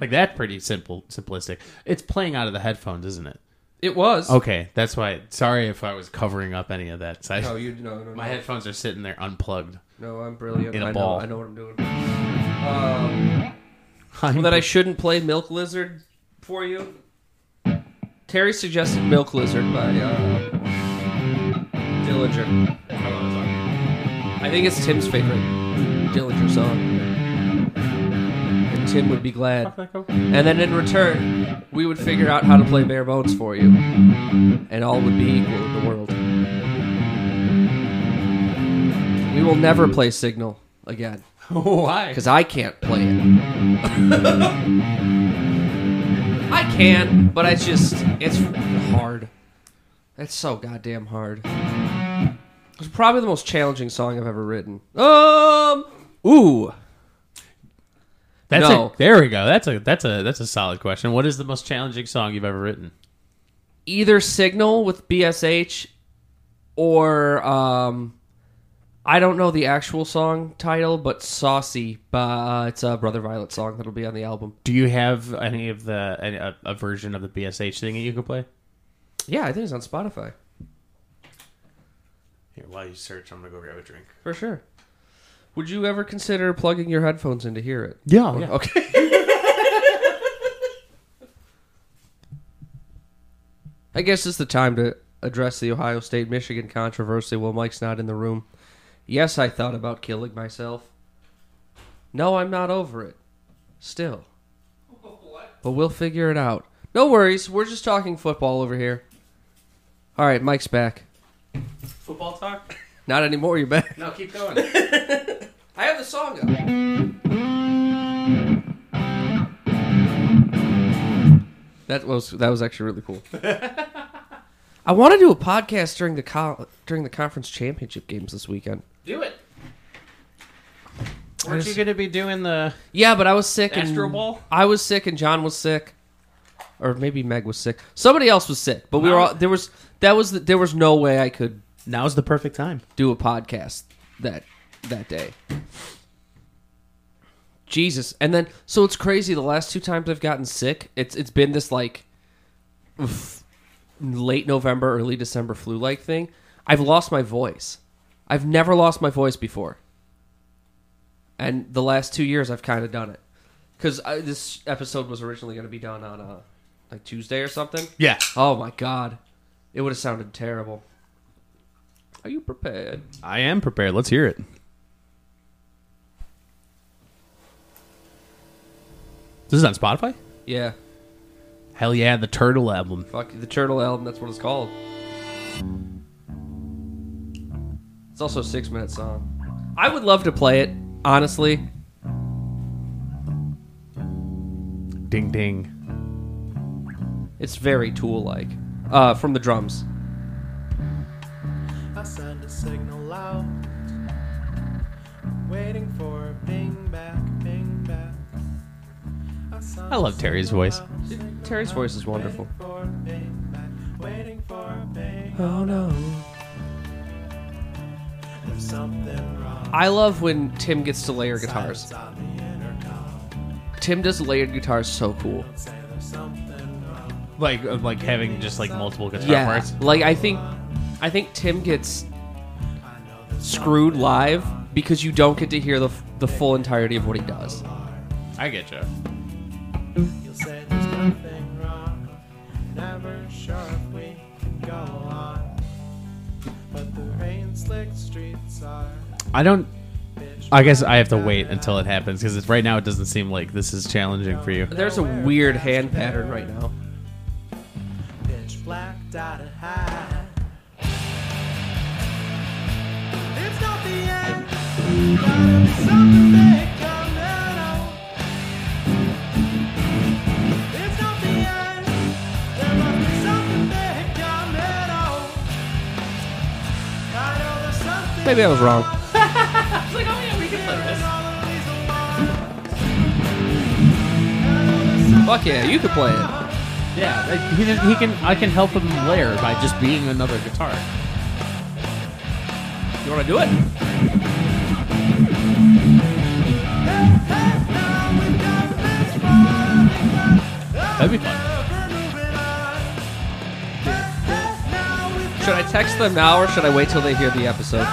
C: Like that's pretty simple simplistic. It's playing out of the headphones, isn't it?
A: It was.
C: Okay, that's why. Sorry if I was covering up any of that. So I-
A: No, you no no
C: my
A: no.
C: headphones are sitting there unplugged.
A: No, I'm brilliant.
C: In a
A: I
C: ball.
A: know. I know what I'm doing. Um, well, then I shouldn't play Milk Lizard for you. Terry suggested Milk Lizard by uh, Dillinger. I think it's Tim's favorite Dillinger song. And Tim would be glad. And then in return, we would figure out how to play bare bones for you. And all would be equal in the world. We will never play Signal again.
C: [laughs] Why?
A: Because I can't play it. [laughs] I can, but it's just, it's hard. It's so goddamn hard. It's probably the most challenging song I've ever written. Um, ooh.
C: That's
A: No.
C: a, there we go. That's a that's a that's a solid question. What is the most challenging song you've ever written?
A: Either Signal with BSH or um, I don't know the actual song title, but Saucy. But uh, it's a Brother Violet song that'll be on the album.
C: Do you have any of the any, a, a version of the BSH thing that you can play?
A: Yeah, I think it's on Spotify
C: Here, while you search, I'm gonna go grab a drink.
A: for sure. Would you ever consider plugging your headphones in to hear it?
C: Oh, Yeah, yeah.
A: Okay. I guess it's the time to address the Ohio State Michigan controversy while Mike's not in the room. Yes, I thought about killing myself. No, I'm not over it. Still. But we'll figure it out. No worries. We're just talking football over here. All right, Mike's back.
C: Football talk.
A: Not anymore. You're back.
C: No, keep going.
A: I have the song up. That was that was actually really
C: [laughs]
A: cool. I want to do a podcast during the co- during the conference championship games this weekend.
C: Do it. Weren't you gonna be doing the?
A: Yeah, but I was sick. And
C: Astro Ball?
A: I was sick, and John was sick, or maybe Meg was sick. Somebody else was sick, but we were all there was that was the, there was no way I could
C: Now's the perfect time.
A: do a podcast that that day. Jesus. And then so it's crazy the last two times I've gotten sick, it's it's been this like oof, late November, early December flu like thing. I've lost my voice. I've never lost my voice before. And the last 2 years I've kind of done it. Cuz this episode was originally going to be done on uh like Tuesday or something.
C: Yeah.
A: Oh my god. It would have sounded terrible. Are you prepared?
C: I am prepared. Let's hear it. This is on Spotify?
A: Yeah.
C: Hell yeah, the Turtle album.
A: Fuck the turtle album. That's what it's called. It's also a six-minute song. I would love to play it, honestly.
C: Ding ding.
A: It's very Tool-like. Uh, from the drums.
F: I send a signal out. Waiting for a ping back, ping back. I, send
C: I love
F: a
C: Terry's
F: signal
C: voice.
F: out, signal
A: Terry's
F: out,
A: voice is wonderful.
F: Waiting for a ping back, waiting for a ping.
A: Oh no.
F: There's something wrong.
A: I love when Tim gets to layer guitars.
F: It's on the intercom.
A: Tim does layered guitars so cool.
F: Say there's something wrong.
C: Like uh, like having just like multiple guitar
A: Yeah.
C: parts.
A: Like I think, I think Tim gets screwed live because you don't get to hear the the full entirety of what he does.
C: I get you.
F: You'll say there's nothing wrong. Never sure if we can go on. But the rain slick streets are.
C: I don't. I guess I have to wait until it happens because right now it doesn't seem like this is challenging for you.
A: There's a weird hand pattern right now.
F: pitch black dotted high. It's not the end. Gotta be something big coming on. It's not the end. There must be something big coming on. I know there's something
A: Maybe [laughs] I "Oh, was wrong.
F: in all of
A: Fuck
F: these
A: yeah, you could play it.
C: Yeah, like, he, didn't- he can. I can help him layer by just being another guitar.
A: You want to do it?
C: That'd be fun.
A: Should I text them now or should I wait till they hear the episode?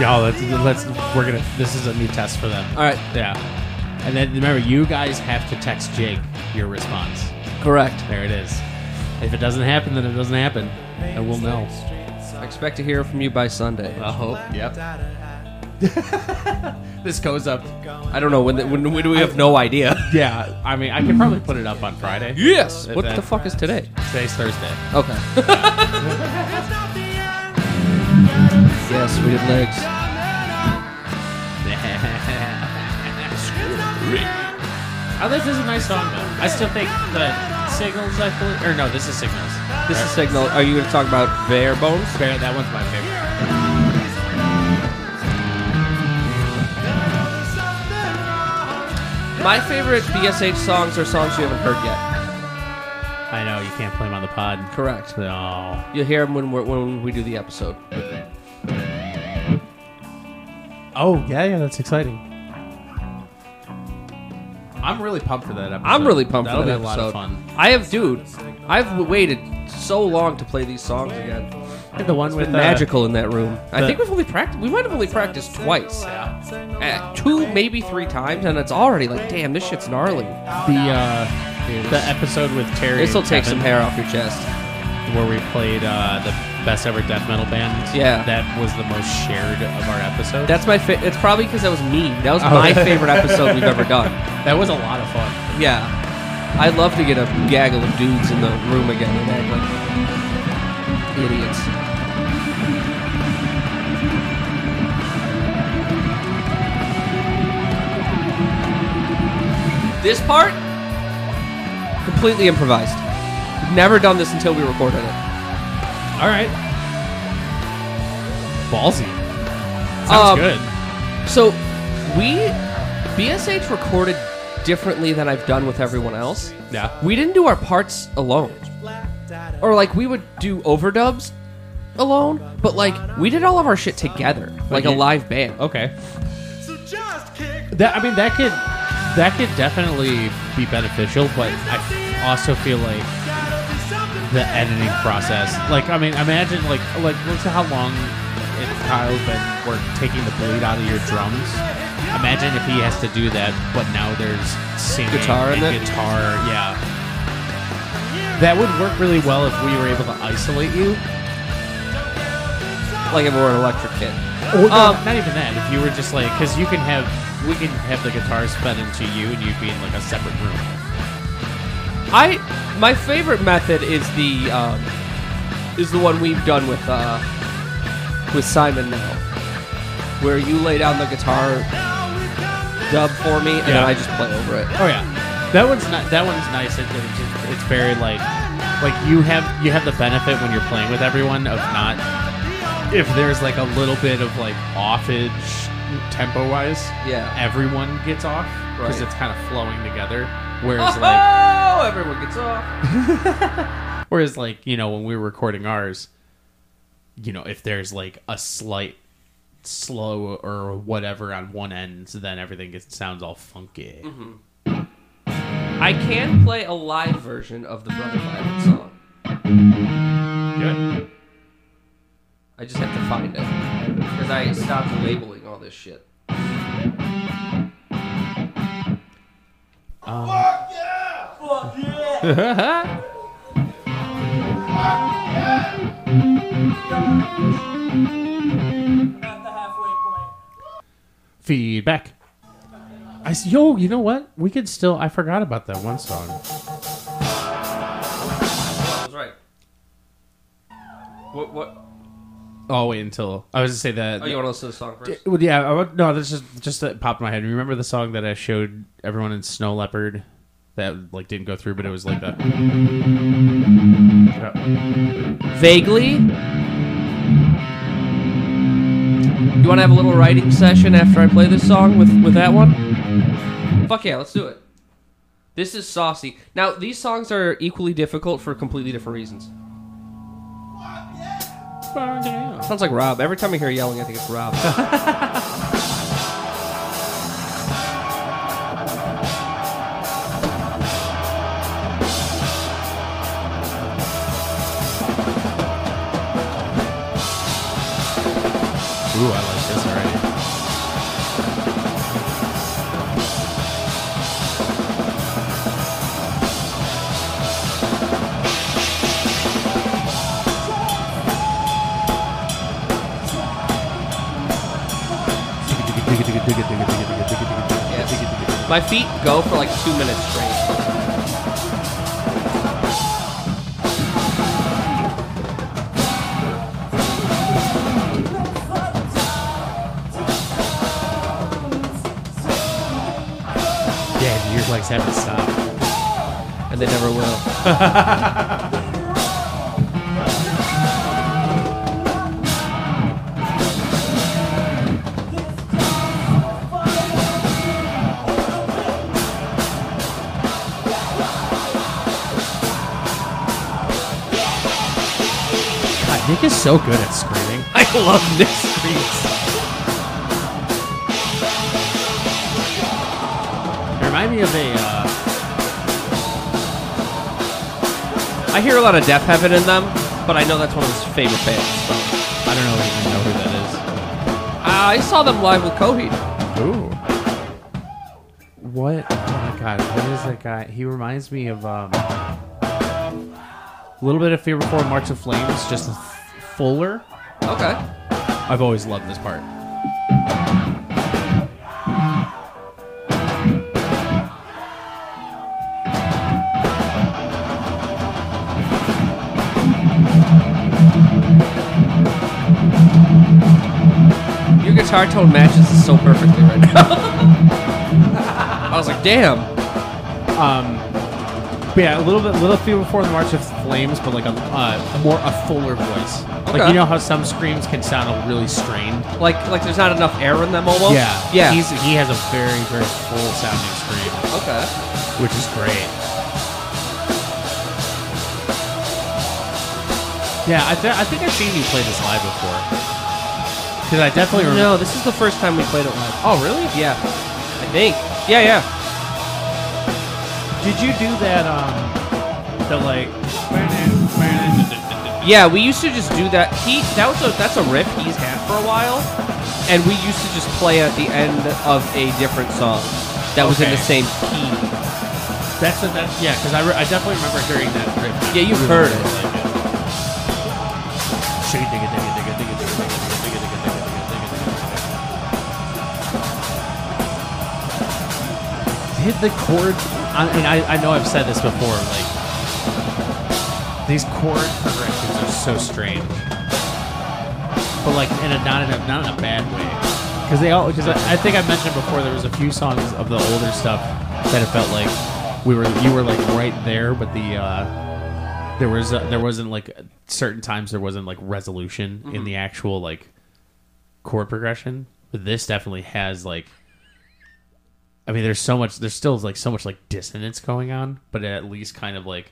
C: Y'all, let's, let's. We're gonna. This is a new test for them.
A: All right,
C: Yeah. And then remember, you guys have to text Jake your response.
A: correct.
C: There it is. If it doesn't happen, then it doesn't happen. And we'll know.
A: I expect to hear from you by Sunday.
C: I hope. Yep. this goes up.
A: I don't know when. The, when, when we have no idea. [laughs]
C: Yeah. I mean, I can probably put it up on Friday.
A: Yes.
C: If
A: What
C: that-
A: the fuck is [laughs] today?
C: Today's Thursday.
A: Okay. yes, we did legs.
C: Oh, this is a nice song though. I still think the signals. I believe, or no, this is signals.
A: This is signal. Are you going to talk about bare bones?
C: Fair, that one's my favorite.
A: My favorite BSH songs are songs you haven't heard yet.
G: I know you can't play them on the pod.
A: Correct.
G: No.
A: You'll hear them when, we're, when we do the episode.
G: Oh yeah, yeah, that's exciting. I'm really pumped for that episode.
A: I'm really pumped
G: That'll
A: for that
G: be
A: episode.
G: a lot of fun.
A: I have, dude, I've waited so long to play these songs again.
G: The one with
A: It's magical in that room. I
G: Uh, the-
A: think we've only practiced. We might have only practiced twice. Uh, two, maybe three times, and it's already like, damn, this shit's gnarly.
C: The uh, the episode with Terry.
A: This will
C: and
A: take some
C: Kevin,
A: hair off your chest.
C: Where we played uh, the best ever death metal bands.
A: Yeah.
C: that was the most shared of our episodes.
A: That's my. Fa- it's probably because that was me. That
G: Oh.
A: was my favorite episode we've ever
G: [laughs]
A: done.
C: that was a lot of fun.
A: Yeah, I'd love to get a gaggle of dudes in the room again and act like idiots. This part completely improvised. We've never done this until we recorded it.
C: All right. Ballsy. Sounds
A: Um,
C: good.
A: So we BSH recorded differently than I've done with everyone else.
C: Yeah.
A: We didn't do our parts alone. Or like we would do overdubs alone, but like we did all of our shit together, like a
C: you-
A: live band. Oh,
C: Okay. That I mean that could that could definitely be beneficial, but I also feel like the editing process. Like I mean, imagine like like look at how long it Kyle's been work taking the blade out of your drums. Imagine if he has to do that, but now there's singing
A: Guitar in
C: and
A: it?
C: guitar. Yeah, that would work really well if we were able to isolate you.
A: Like if we were an electric kid.
C: Well, Oh, no,
A: Um,
C: not even that. If you were just like, because you can have, we can have the guitars fed into you, and you'd be in like a separate room.
A: I my favorite method is the um, is the one we've done with uh, with Simon now, where you lay down the guitar dub for me and then
C: Yeah.
A: I just play over it.
C: Oh yeah, that one's not. That one's nice. It, it's, just- it's very like, like you have you have the benefit when you're playing with everyone of not. If there's like a little bit of like offage tempo wise,
A: Yeah.
C: everyone gets off because
A: Right.
C: it's kind of flowing together. Whereas [laughs]
A: Oh,
C: like
A: everyone gets off.
C: Whereas, like, you know, when we were recording ours, you know, if there's like a slight slow or whatever on one end, so then everything gets, sounds all funky.
A: I can play a live version of the Brother Violet song.
C: Good.
A: I just have to find it because I stopped labeling all this shit.
C: Feedback. I s- yo, you know what? We could still. I forgot about that one song.
A: That's right. What? What?
C: Oh, wait until I was to say that.
A: Oh, you want to listen to the song first?
C: Well, yeah, I, would- no, this just just that popped in my head. Remember the song that I showed everyone in Snow Leopard that like didn't go through, but it was like the.
A: Vaguely. You want to have a little writing session after I play this song with with that one? Fuck yeah, let's do it. This is saucy. Now these songs are equally difficult for completely different reasons. Sounds like Rob. Every time I hear yelling, I think it's Rob. [laughs]
C: Ooh, I like this already.
A: Yes. My feet go for like two minutes straight.
C: Yeah, your legs haven't stopped.
A: And they never will.
C: Nick is so good at screaming. [laughs]
A: I love Nick Streets.
C: It reminded me of a. Uh,
A: I hear a lot of Death Heaven in them, but I know that's one of his favorite bands. so.
C: I don't know even know who that
A: Uh, I saw them live with Coheed.
C: is. Ooh. What? Oh my god! What is that guy? He reminds me of um. A little bit of Fear Before March of Flames, just fuller.
A: Okay.
C: I've always loved this part.
A: Your guitar tone matches this so perfectly right [laughs] now. I was like, damn.
C: Um, but yeah, a little bit, little few before the March of Flames, but like a uh, more a fuller voice. Like
A: Okay.
C: you know how some screams can sound really strained.
A: Like, like there's not enough air in them almost.
C: yeah,
A: Yeah.
C: He's he has a very very full sounding scream,
A: okay.
C: which is great. Yeah, I, th- I think I've seen you play this live before. Because I definitely
A: No,
C: remember.
A: this is the first time we played it live. Oh, really? Yeah. I think. Yeah, yeah.
C: Did you do that? Um, the like.
A: Yeah, we used to just do that. He that was a that's a riff he's had for a while, and we used to just play at the end of a different song that was in the
C: Okay.
A: same key.
C: That's a, that's yeah. Because I, re- I definitely remember hearing that. riff.
A: Yeah, you've heard it.
C: Hit the chord. I mean, I, I know I've said this before. Like these chord progressions are so strange, but like in a not in a not in a bad way. Because they all because I, I think I mentioned before there was a few songs of the older stuff that it felt like we were you were like right there, but the uh, there was uh there wasn't like certain times there wasn't like resolution in the actual like chord progression but this definitely has like i mean there's so much there's still like so much like dissonance going on but it at least kind of like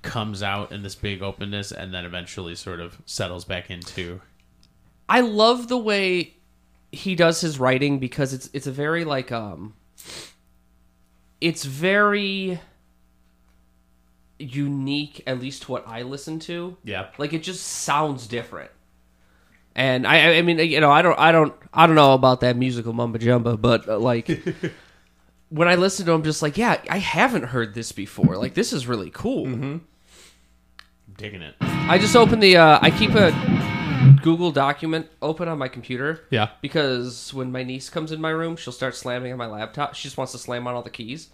C: comes out in this big openness and then eventually sort of settles back into
A: I love the way he does his writing because it's it's a very like um it's very unique at least to what I listen to.
C: yeah
A: Like it just sounds different. And I I- I mean you know I don't I don't I don't know about that musical mumbo jumbo but uh, like when I listen to him just like yeah I haven't heard this before. Like this is really cool.
C: digging it
A: I just open the uh I keep a Google document open on my computer
C: yeah
A: because when my niece comes in my room, she'll start slamming on my laptop. She just wants to slam on all the keys,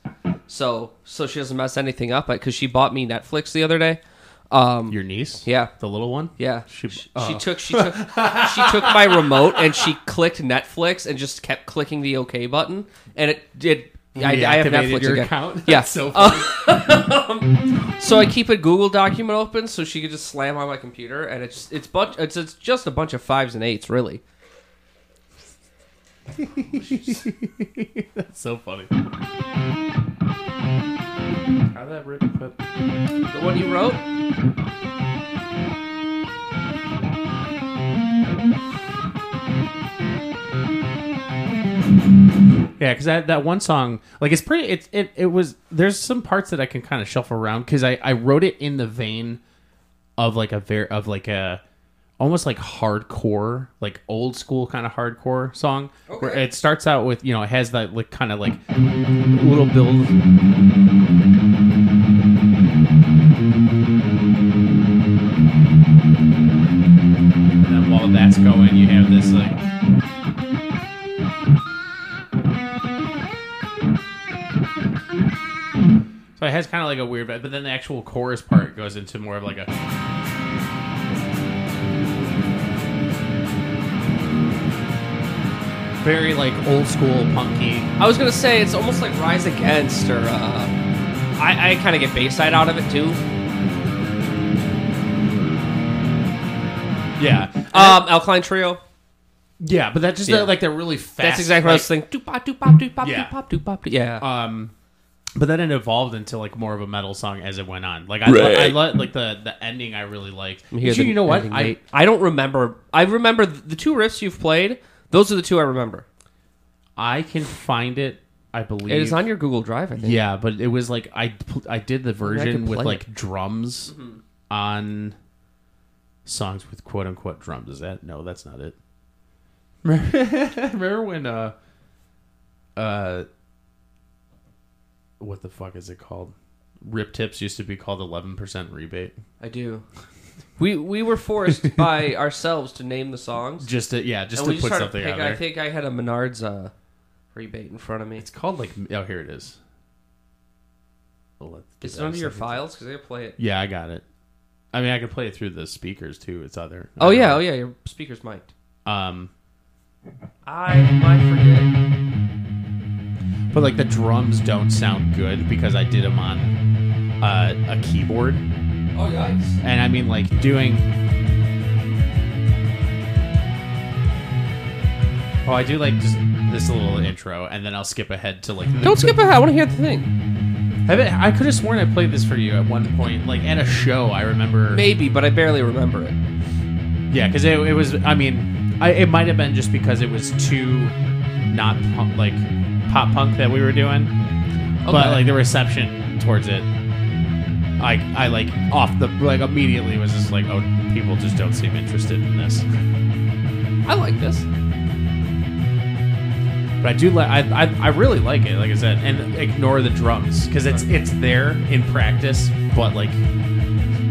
A: so so she doesn't mess anything up. Because she bought me Netflix the other day. Um,
C: your niece
A: yeah,
C: the little one
A: yeah.
C: She-
A: She, she, took she took she took my remote and she clicked Netflix and just kept clicking the OK button, and it did. I, I have
C: Reactivated
A: Netflix
C: your
A: again.
C: account? [laughs] That's
A: Yeah. Oh.
C: so
A: so I keep a Google document open so she could just slam on my computer, and it's it's bunch it's, it's just a bunch of fives and eights, really.
C: so funny
H: How that rip clip?
A: The one you wrote.
C: Yeah, because that, that one song, like it's pretty. It, it it was. There's some parts that I can kind of shuffle around because I I wrote it in the vein of like a very of like a almost like hardcore, like old school kind of hardcore song. Where
A: Okay.
C: it starts out with you know it has that like kind of like little build. And then while that's going, you have this like. So it has kind of like a weird vibe, but then the actual chorus part goes into more of like a. Very like old school punky.
A: I was gonna say it's almost like Rise Against, or uh, I, I kind of get Bayside out of it too.
C: Yeah.
A: Um, Alkaline Trio.
C: Uh, yeah, but that just
A: Yeah.
C: like they're really fast.
A: That's exactly what I was
C: like,
A: thinking. Doop-bop, doop-bop, doop-bop,
C: Yeah.
A: Uh, doop-bop, doop-bop, doop- Yeah.
C: Um, but then it evolved into like more of a metal song as it went on. Like I,
I: Right.
C: I let like the the ending I really liked.
A: Hear
C: But you,
A: the
C: you know what?
A: ending,
C: I
A: mate. I don't remember. I remember th- the two riffs you've played. Those are the two I remember.
C: I can find it. I believe
A: It is on your Google Drive, I think.
C: Yeah, but it was like I pl- I did the version with
A: play
C: like drums on songs with quote unquote drums. Is that no? That's not it. Remember [laughs] when uh uh what the fuck is it called? Rip tips used to be called eleven percent rebate.
A: I do. We we were [laughs] forced by ourselves to name the songs.
C: Just to, yeah, just
A: and
C: to
A: we
C: put
A: just started
C: something out
A: picking-
C: there.
A: I think I had a Menards uh, rebate in front of me.
C: it's called like oh here it is. Well, let's give
A: Is it
C: that a
A: under your
C: second.
A: files? Because I play it.
C: Yeah, I got it. I mean, I could play it through the speakers too. It's other.
A: Oh yeah, oh yeah. Your speaker's mic'd.
C: Um,
A: I might forget.
C: but like the drums don't sound good because I did them on uh, a keyboard,
A: Oh yikes!
C: and I mean like doing. Oh, I do like just this little intro, and then I'll skip ahead to like. The...
A: Don't skip ahead. I want to hear the thing.
C: I, bet- I could have sworn I played this for you at one point, like at a show. I remember.
A: Maybe, but I barely remember it.
C: Yeah, because it, it was. I mean, I, it might have been just because it was too not punk, like pop punk that we were doing, but
A: Okay.
C: like the reception towards it, I I like off the like immediately was just like, oh, people just don't seem interested in this.
A: I like this.
C: But I do like I, I I really like it. Like I said, and ignore the drums because it's it's there in practice, but like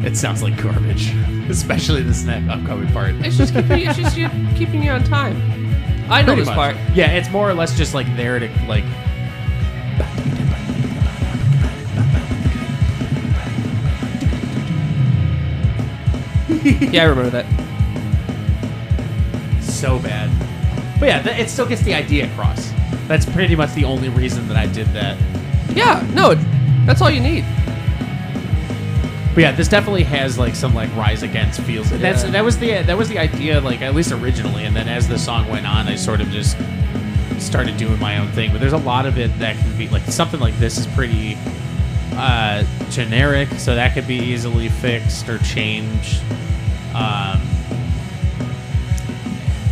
C: it sounds like garbage, [laughs] especially this next upcoming part.
A: It's just keeping, it's just you- keeping you on time. I know
C: Pretty
A: this [laughs]
C: much.
A: part.
C: Yeah, it's more or less just like there to like.
A: Yeah, I remember that.
C: so bad. But yeah, th- it still gets the idea across. That's pretty much the only reason that I did that.
A: Yeah, no, it, that's all you need.
C: But yeah, this definitely has like some like rise against feels. And That's
A: Yeah.
C: that was the that was the idea like at least originally, and then as the song went on, I sort of just started doing my own thing. But there's a lot of it that can be like something like this is pretty uh, generic, so that could be easily fixed or changed. Um,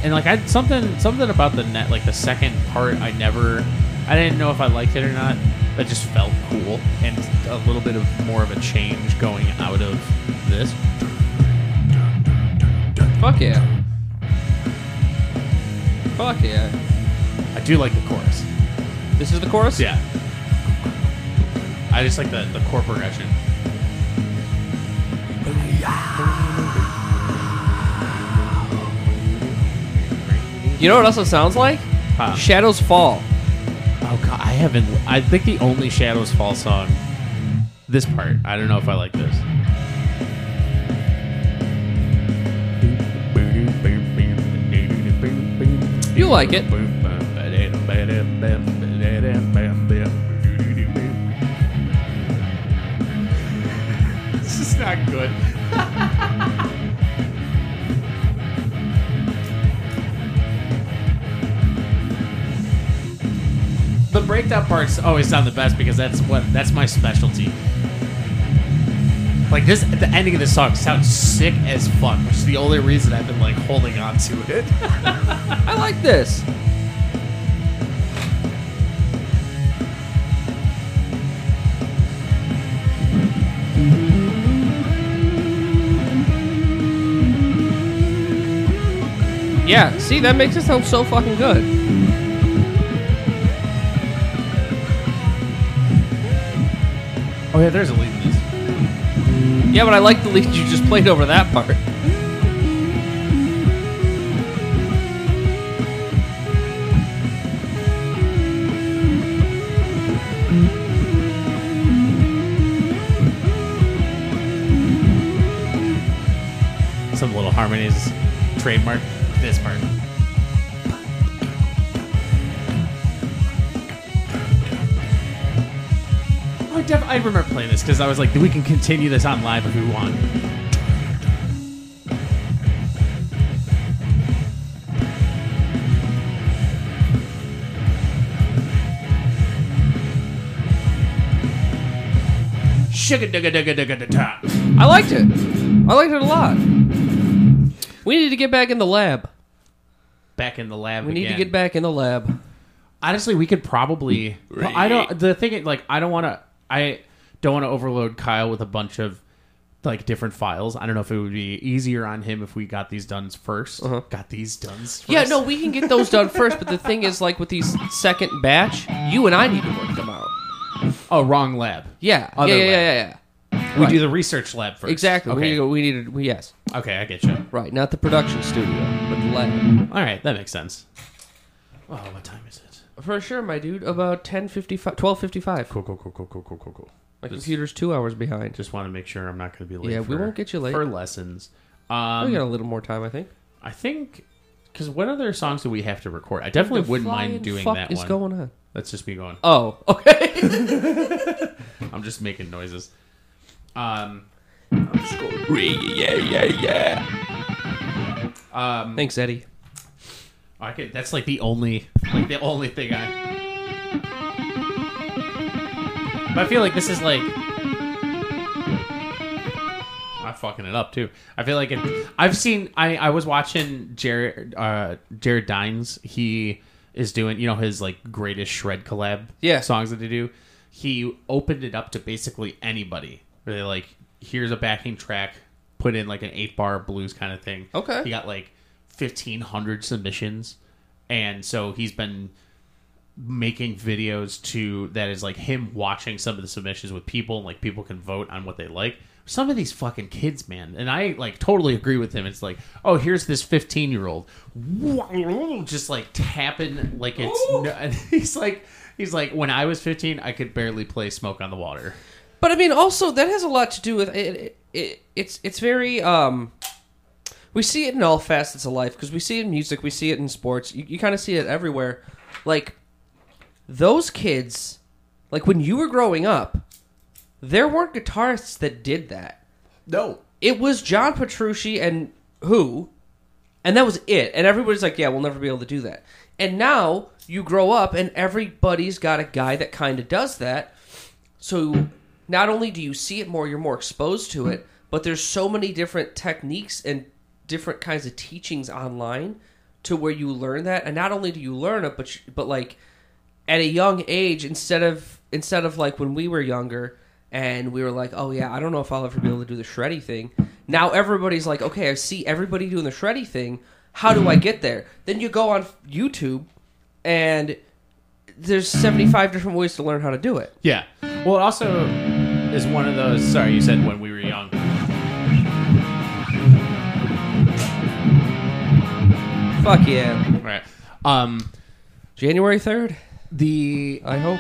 C: and like I something something about the net like the second part I never I didn't know if I liked it or not. That just felt cool and a little bit of more of a change going out of this.
A: Fuck yeah. Fuck yeah.
C: I do like the chorus.
A: This is the chorus.
C: Yeah. I just like the the chord progression.
A: You know what it also sounds like?
C: Huh.
A: Shadows Fall.
C: Oh god, I haven't. I think the only Shadows Fall song. This part, I don't know if I like this.
A: You like it?
C: This is not good. [laughs] the breakdown part's always sound the best because that's what that's my specialty. Like this, the ending of this song sounds sick as fuck, which is the only reason I've been like holding on to it. [laughs]
A: I like this. Yeah, see, that makes it sound so fucking good.
C: Oh yeah, there's a lead in this.
A: Yeah, but I like the lead you just played over that part.
C: some little harmonies trademark this part Oh, I, def- I remember playing this because I was like, we can continue this on live if we want.
J: Shigga digga digga digga da ta.
A: I liked it. I liked it a lot. We need to get back in the lab.
C: back in the lab.
A: We need
C: again.
A: to get back in the lab.
C: Honestly, we could probably. Well, I don't. The thing, is, like, I don't want to. I don't want to overload Kyle with a bunch of like different files. I don't know if it would be easier on him if we got these done 1st Got these done. First.
A: Uh-huh. Yeah, no, we can get those done first, but the thing is, like with these second batch, you and I need to work them out.
C: Oh, wrong lab.
A: Yeah,
C: Other
A: yeah, yeah, yeah,
C: lab.
A: yeah, yeah.
C: We
A: Right.
C: do the research lab first.
A: Exactly. We
C: Okay.
A: need to. We need to. We, yes,
C: okay, I get you.
A: right. Not the production studio, but the lab.
C: All right, that makes sense. Oh, what time is it?
A: For sure, my dude. About 10.55, 12.55.
C: Cool, cool, cool, cool, cool, cool, cool, cool.
A: My computer's two hours behind.
C: Just want to make sure I'm not going to be late.
A: Yeah, we
C: for-
A: won't get you late.
C: for lessons.
A: we
C: Um,
A: got a little more time, I think.
C: I think because what other songs do we have to record? I definitely wouldn't
A: Flying
C: mind doing
A: fuck
C: that
A: is
C: one.
A: going on?
C: Let's just be going.
A: Oh, [laughs] okay.
C: [laughs] I'm just making noises. Um,
A: Thanks, Eddie.
C: I could, that's like the only, like the only thing I. But I feel like this is like. I'm fucking it up too. I feel like it, I've seen. I I was watching Jared uh, Jared Dines. He is doing you know his like greatest shred collab
A: Yeah.
C: songs that they do. He opened it up to basically anybody. Where they like here's a backing track, put in like an eight bar blues kind of thing.
A: Okay.
C: He got like fifteen hundred submissions, and so he's been making videos to that is like him watching some of the submissions with people and like people can vote on what they like some of these fucking kids man and i like totally agree with him it's like oh here's this 15 year old [laughs] just like tapping like it's no, and he's like he's like when i was 15 i could barely play smoke on the water
A: But I mean, also that has a lot to do with it. it, it it's it's very um, we see it in all facets of life because we see it in music, we see it in sports. You, you kind of see it everywhere. Like those kids, like when you were growing up, there weren't guitarists that did that.
C: no
A: It was John Petrucci and who, and that was it. And everybody's like, "Yeah, we'll never be able to do that." And now you grow up, and everybody's got a guy that kind of does that. So not only do you see it more, you're more exposed to it, but there's so many different techniques and different kinds of teachings online to where you learn that. And not only do you learn it, but you- but like at a young age, instead of instead of like when we were younger and we were like, oh yeah, I don't know if I'll ever be able to do the shreddy thing. Now everybody's like, okay, I see everybody doing the shreddy thing. How do I get there? Then you go on YouTube and there's 75 different ways to learn how to do it.
C: yeah well it also is one of those sorry you said when we were young
A: Fuck yeah.
C: right um
A: January 3rd,
C: the
A: I hope.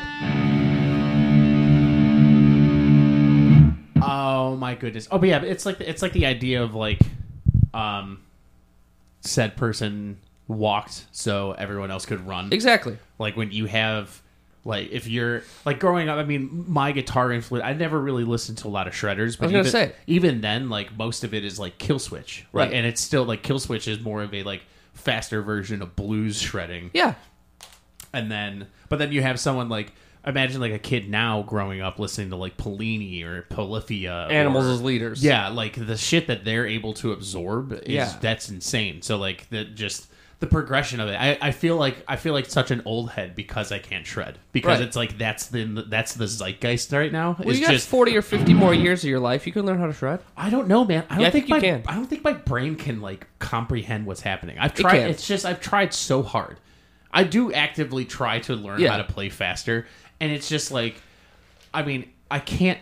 C: Oh my goodness. Oh, but yeah, it's like it's like the idea of like, um, said person walked so everyone else could run.
A: Exactly.
C: Like when you have, like if you're like growing up. I mean, my guitar influence. I never really listened to a lot of shredders. But
A: was gonna
C: even,
A: say.
C: even then, like most of it is like kill switch,
A: Right.
C: Like, and it's still like kill switch is more of a like faster version of blues shredding
A: Yeah.
C: and then but then you have someone like imagine like a kid now growing up listening to like Polini or Polyphia
A: Animals
C: or-
A: as leaders.
C: Yeah, like the shit that they're able to absorb is
A: Yeah.
C: that's insane. So like the just the progression of it. I, I feel like I feel like such an old head because I can't shred because
A: Right.
C: it's like that's the that's the zeitgeist right now.
A: Well,
C: it's
A: you got
C: just
A: 40 or 50 more years of your life. You can learn how to shred.
C: I don't know, man. I don't
A: I
C: think,
A: think you
C: my
A: can.
C: I don't think my brain can like comprehend what's happening.
A: It
C: I've tried.
A: can.
C: It's just I've tried so hard. I do actively try to learn
A: Yeah.
C: how to play faster, and it's just like, I mean, I can't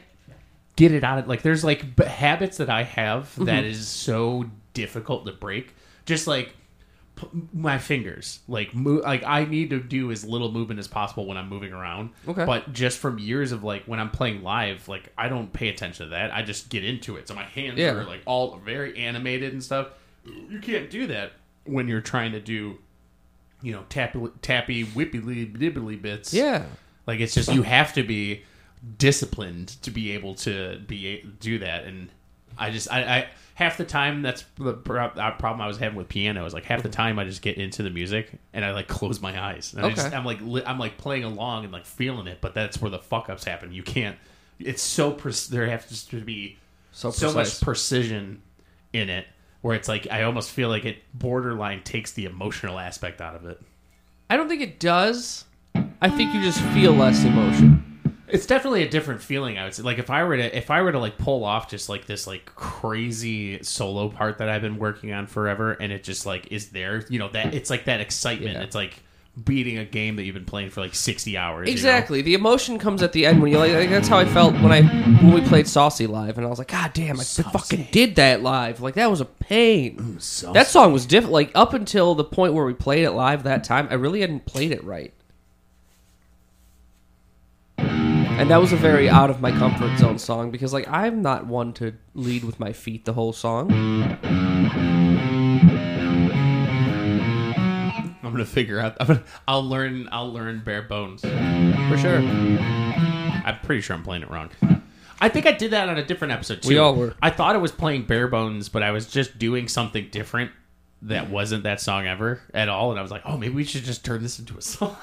C: get it out of like. There's like b- habits that I have
A: Mm-hmm.
C: that is so difficult to break. Just like p- my fingers, like move, like I need to do as little movement as possible when I'm moving around.
A: Okay.
C: but just from years of like when I'm playing live, like I don't pay attention to that. I just get into it. So my hands
A: Yeah.
C: are like all very animated and stuff. You can't do that when you're trying to do, you know, tappy tappy whippily dibbly bits.
A: Yeah.
C: like it's just you have to be disciplined to be able to be do that. And I just I, I half the time that's the pro- uh, problem I was having with piano is like half the time I just get into the music and I like close my eyes. And I
A: Okay.
C: just, I'm like li- I'm like playing along and like feeling it, but that's where the fuck ups happen. You can't it's so pre- there has to be
A: So,
C: so much
A: precise.
C: precision in it where it's like I almost feel like it borderline takes the emotional aspect out of it.
A: I don't think it does. I think you just feel less emotion.
C: It's definitely a different feeling. I would say, like if I were to if I were to like pull off just like this like crazy solo part that I've been working on forever, and it just like is there. You know that it's like that excitement.
A: Yeah.
C: It's like beating a game that you've been playing for like sixty hours. you know?
A: Exactly. The emotion comes at the end when you like, like. That's how I felt when I when we played Saucy live, and I was like, God damn, I fucking did that live. Like that was a pain.
C: Mm,
A: That song was different. Like up until the point where we played it live that time, I really hadn't played it right, and that was a very out of my comfort zone song because like I'm not one to lead with my feet the whole song.
C: I'm gonna figure out. I'm gonna, I'll learn. I'll learn bare bones.
A: For sure.
C: I'm pretty sure I'm playing it wrong. I think I did that on a different episode too.
A: We all were.
C: I thought I was playing bare bones, but I was just doing something different that wasn't that song ever at all. And I was like, oh, maybe we should just turn this into a song.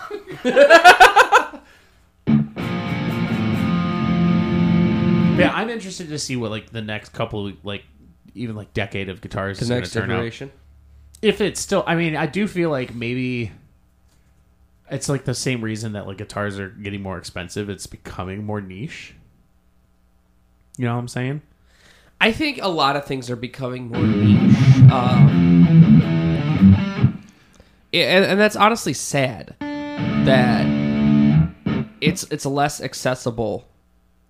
C: [laughs] yeah, I'm interested to see what like the next couple, of, like even like decade of guitars
A: The
C: is
A: next
C: going to turn out
A: iteration.
C: if it's still i mean i do feel like maybe it's like the same reason that like guitars are getting more expensive it's becoming more niche you know what i'm saying
A: I think a lot of things are becoming more niche. Um, yeah, and, and that's honestly sad that it's it's less accessible.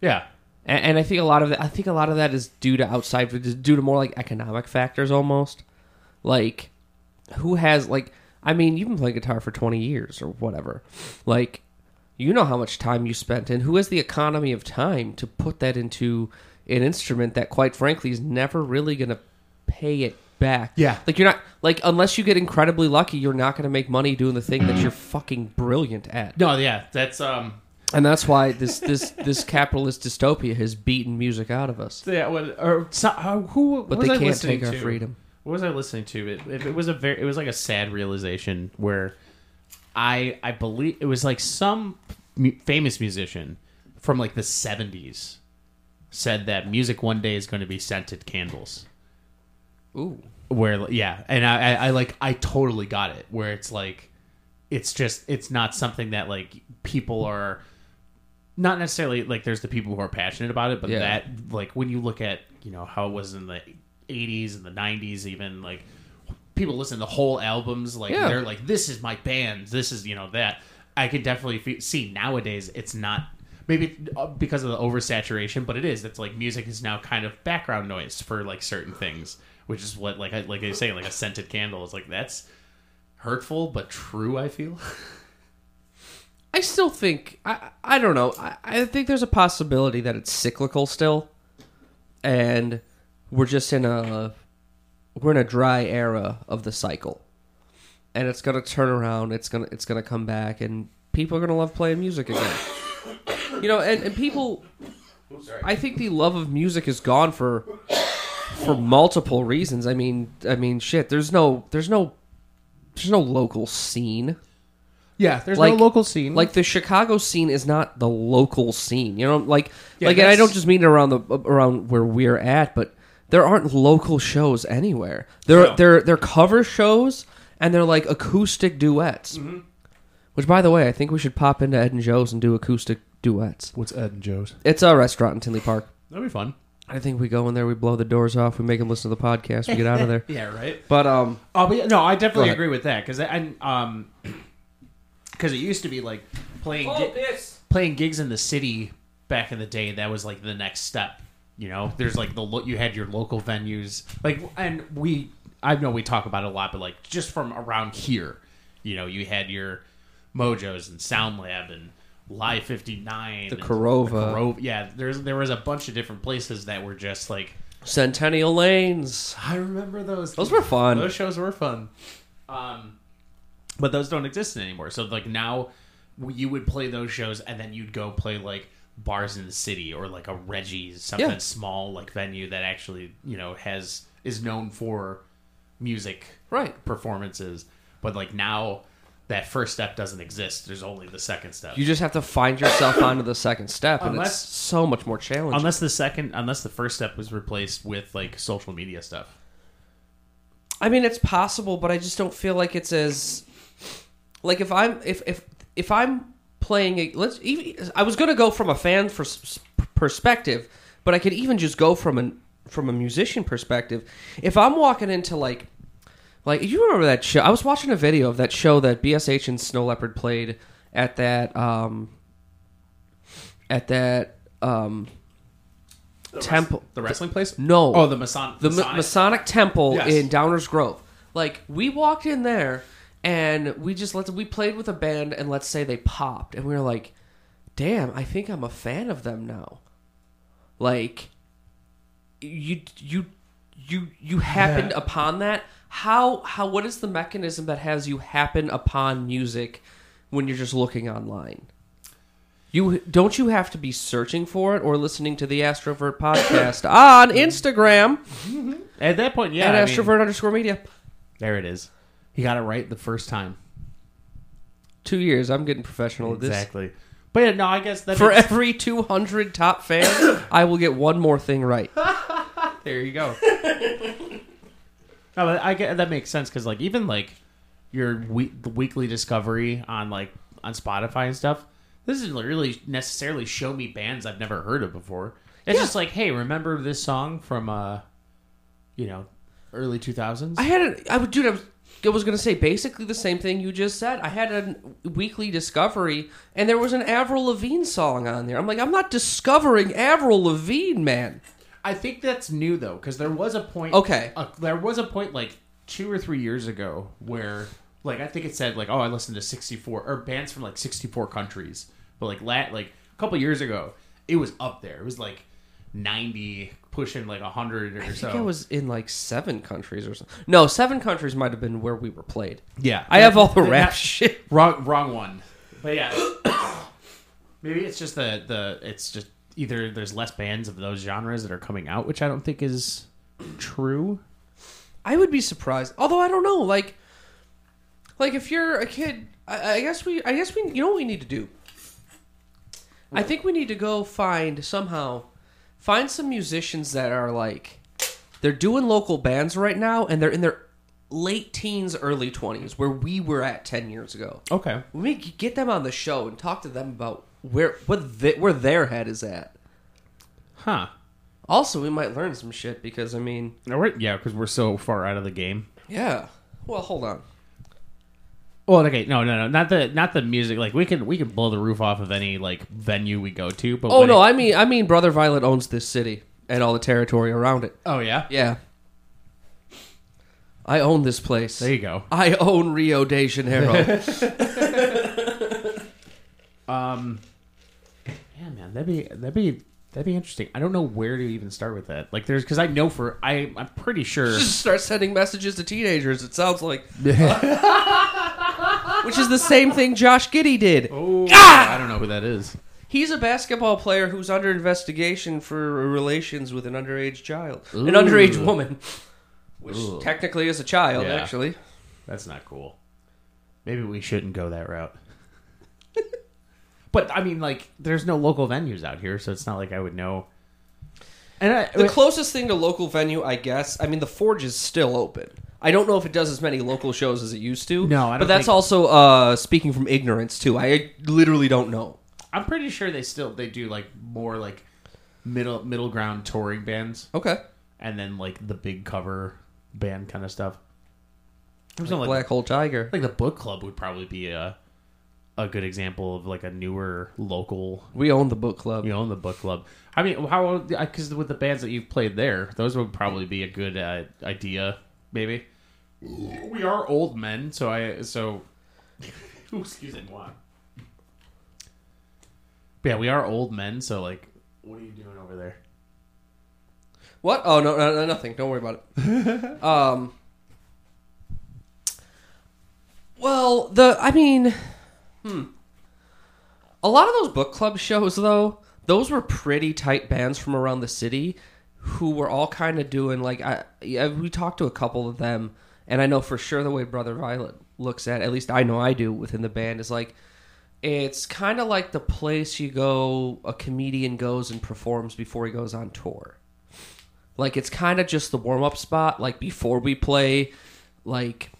C: yeah
A: And, and I think a lot of that, I think a lot of that is due to outside, due to more like economic factors almost. Like, who has like? I mean, you've been playing guitar for twenty years or whatever. Like, you know how much time you spent, and who has the economy of time to put that into an instrument that, quite frankly, is never really going to pay it back?
C: Yeah.
A: Like you're not like unless you get incredibly lucky, you're not going to make money doing the thing that you're fucking brilliant at.
C: no yeah that's um
A: And that's why this this this capitalist dystopia has beaten music out of us.
C: yeah what or so, uh, who what
A: But
C: was
A: they
C: I
A: can't
C: listening
A: take our
C: to?
A: freedom.
C: what was i listening to it, it, it was a very it was like a sad realization where i i believe it was like some mu- famous musician from like the 70s said that music one day is going to be scented candles
A: Ooh.
C: where like, yeah and I, I i like i totally got it where it's like it's just it's not something that like people are not necessarily like there's the people who are passionate about it but
A: Yeah.
C: that like when you look at you know how it was in the 80s and the 90s even like people listen to whole albums like
A: Yeah.
C: they're like this is my band this is you know that i can definitely fe- see nowadays it's not maybe uh, because of the oversaturation but it is it's like music is now kind of background noise for like certain things which is what like I, like they say like a scented candle is like that's hurtful but true i feel [laughs]
A: I still think I I don't know. I, I think there's a possibility that it's cyclical still, and we're just in a we're in a dry era of the cycle, and it's gonna turn around. It's gonna it's gonna come back, and people are gonna love playing music again. you know, and and people. I think the love of music is gone for for multiple reasons. I mean, I mean, shit. There's no there's no there's no local scene
C: yeah there's
A: no Like- local
C: scene
A: like the Chicago scene is not the local scene. You know, like
C: Yeah,
A: like and I
C: that's-
A: don't just mean around the around where we're at, but there aren't local shows anywhere. There
C: No.
A: they're they're cover shows and they're like acoustic duets.
C: Mm-hmm.
A: Which by the way, I think we should pop into Ed and Joe's and do acoustic duets.
C: what's ed and joe's
A: It's a restaurant in Tinley Park.
C: that'd be fun
A: I think we go in there, we blow the doors off, we make them listen to the podcast, we get out of
C: [laughs]
A: there.
C: yeah right
A: But um
C: Oh, but yeah, no, I definitely
A: ahead.
C: agree with that because and um, [clears throat] because it used to be like playing gi- playing gigs in the city back in the day. That was like the next step. You know, there's like the lo- you had your local venues, like, and we I know we talk about it a lot, but like just from around here, you know, you had your Mojos and Sound Lab and Live 59, the
A: Corova.
C: yeah. There's there was a bunch of different places that were just like
A: Centennial Lanes.
C: I remember those.
A: Those were fun.
C: Those shows were fun. Um, but those don't exist anymore. So like now, you would play those shows, and then you'd go play like bars in the city or like a Reggie's, something
A: Yeah.
C: small like venue that actually you know has is known for music
A: Right.
C: performances. But like now. that first step doesn't exist. There's only the second step.
A: You just have to find yourself onto the second step, and
C: Unless-
A: it's so much more challenging.
C: unless the second, unless the first step was replaced with like social media stuff.
A: I mean, it's possible, but I just don't feel like it's as like if I'm if if if I'm playing a let's even I was gonna go from a fan for, perspective, but I could even just go from an from a musician perspective. If I'm walking into like like you remember that show? I was watching a video of that show that BSH and Snow Leopard played at that um at that um temple.
C: The wrestling place?
A: No.
C: Oh, the Mason-
A: the Ma-
C: Masonic.
A: Masonic Temple
C: Yes.
A: in Downers Grove. Like we walked in there and we just let we played with a band and let's say they popped and we were like, "Damn, I think I'm a fan of them now." Like you you you you happened upon that. How how what is the mechanism that has you happen upon music when you're just looking online? You don't you have to be searching for it or listening to the
C: [coughs]
A: Astrovert podcast on Instagram
C: At that point, yeah.
A: at
C: I mean,
A: Astrovert underscore media.
C: there it is. He got it right the first time.
A: Two years, I'm getting professional at this.
C: Exactly. But yeah, no, I guess that
A: For
C: makes-
A: every 200 top fans, [coughs] I will get one more thing right.
C: [laughs] There you go. no, but I get that makes sense because like even like your we- the weekly discovery on like on Spotify and stuff. This doesn't really necessarily show me bands I've never heard of before. It's just like, hey, remember this song from uh, you know, early two thousands?
A: I had a, I would, dude, I was, I was going to say basically the same thing you just said. I had a weekly discovery, and there was an Avril Lavigne song on there. I'm like, I'm not discovering Avril Lavigne, man.
C: I think that's new though, because there was a point.
A: Okay.
C: uh, there was a point like two or three years ago where, like, I think it said like, oh, I listened to sixty four or bands from like sixty four countries, but like lat like a couple years ago, it was up there. It was like ninety, pushing like hundred or
A: I
C: so.
A: think I was in like seven countries or something. No, seven countries might have been where we were played.
C: Yeah,
A: I have all the
C: [laughs] That-
A: rap
C: that-
A: shit.
C: Wrong, wrong one. But yeah, [coughs] maybe it's just the the it's just either there's less bands of those genres that are coming out, which I don't think is true.
A: I would be surprised. Although I don't know, like, like if you're a kid, I, I guess we, I guess we, you know what we need to do. I think we need to go find somehow, find some musicians that are like, they're doing local bands right now, and they're in their late teens, early twenties, where we were at ten years ago.
C: Okay.
A: We may get them on the show and talk to them about where what the, where their head is at.
C: Huh.
A: Also, we might learn some shit because I mean,
C: No, we're, yeah, because we're so far out of the game.
A: yeah. Well, hold on.
C: Well, okay, no, no, no, not the not the music. Like we can we can blow the roof off of any like venue we go to. But
A: Oh
C: when
A: no,
C: it-
A: I mean I mean Brother Violet owns this city and all the territory around it.
C: oh yeah,
A: Yeah. I own this place.
C: There you go.
A: I own Rio de [laughs] Janeiro.
C: Yeah, man, that'd be that'd be that'd be interesting. I don't know where to even start with that. Like, there's because I know for I I'm pretty sure.
A: Just start sending messages to teenagers, it sounds like. [laughs] Which is the same thing Josh Giddy did.
C: Oh, I don't know who that is.
A: He's a basketball player who's under investigation for relations with an underage child. An underage woman. Which technically is a child,
C: Yeah.
A: actually.
C: That's not cool. Maybe we shouldn't go
A: [laughs]
C: that route. but I mean, like, there's no local venues out here, so it's not like I would know. And I,
A: The closest thing to local venue, I guess. I mean, the Forge is still open. I don't know if it does as many local shows as it used to.
C: No, I don't
A: but that's
C: think-
A: also uh, speaking from ignorance too. I literally don't know.
C: I'm pretty sure they still they do like more like middle middle ground touring bands
A: Okay,
C: and then like the big cover band kind of stuff. There's no, like,
A: Black Hole Tiger.
C: like the book club would probably be a a good example of like a newer local.
A: We own the book club.
C: You know, the book club. I mean, how because with the bands that you've played there, those would probably be a good uh, idea, maybe. We are old men, so I so. [laughs] Ooh, excuse me, what? Yeah, we are old men, so like, what are you doing over there?
A: What? Oh no, no, no, nothing. Don't worry about it. um. Well, the I mean, hmm. A lot of those book club shows, though, those were pretty tight bands from around the city, who were all kind of doing like I. Yeah, we talked to a couple of them, and I know for sure the way Brother Violet looks at, at least I know I do within the band, is like it's kind of like the place you go, a comedian goes and performs before he goes on tour. Like it's kind of just the warm up spot, like before we play, like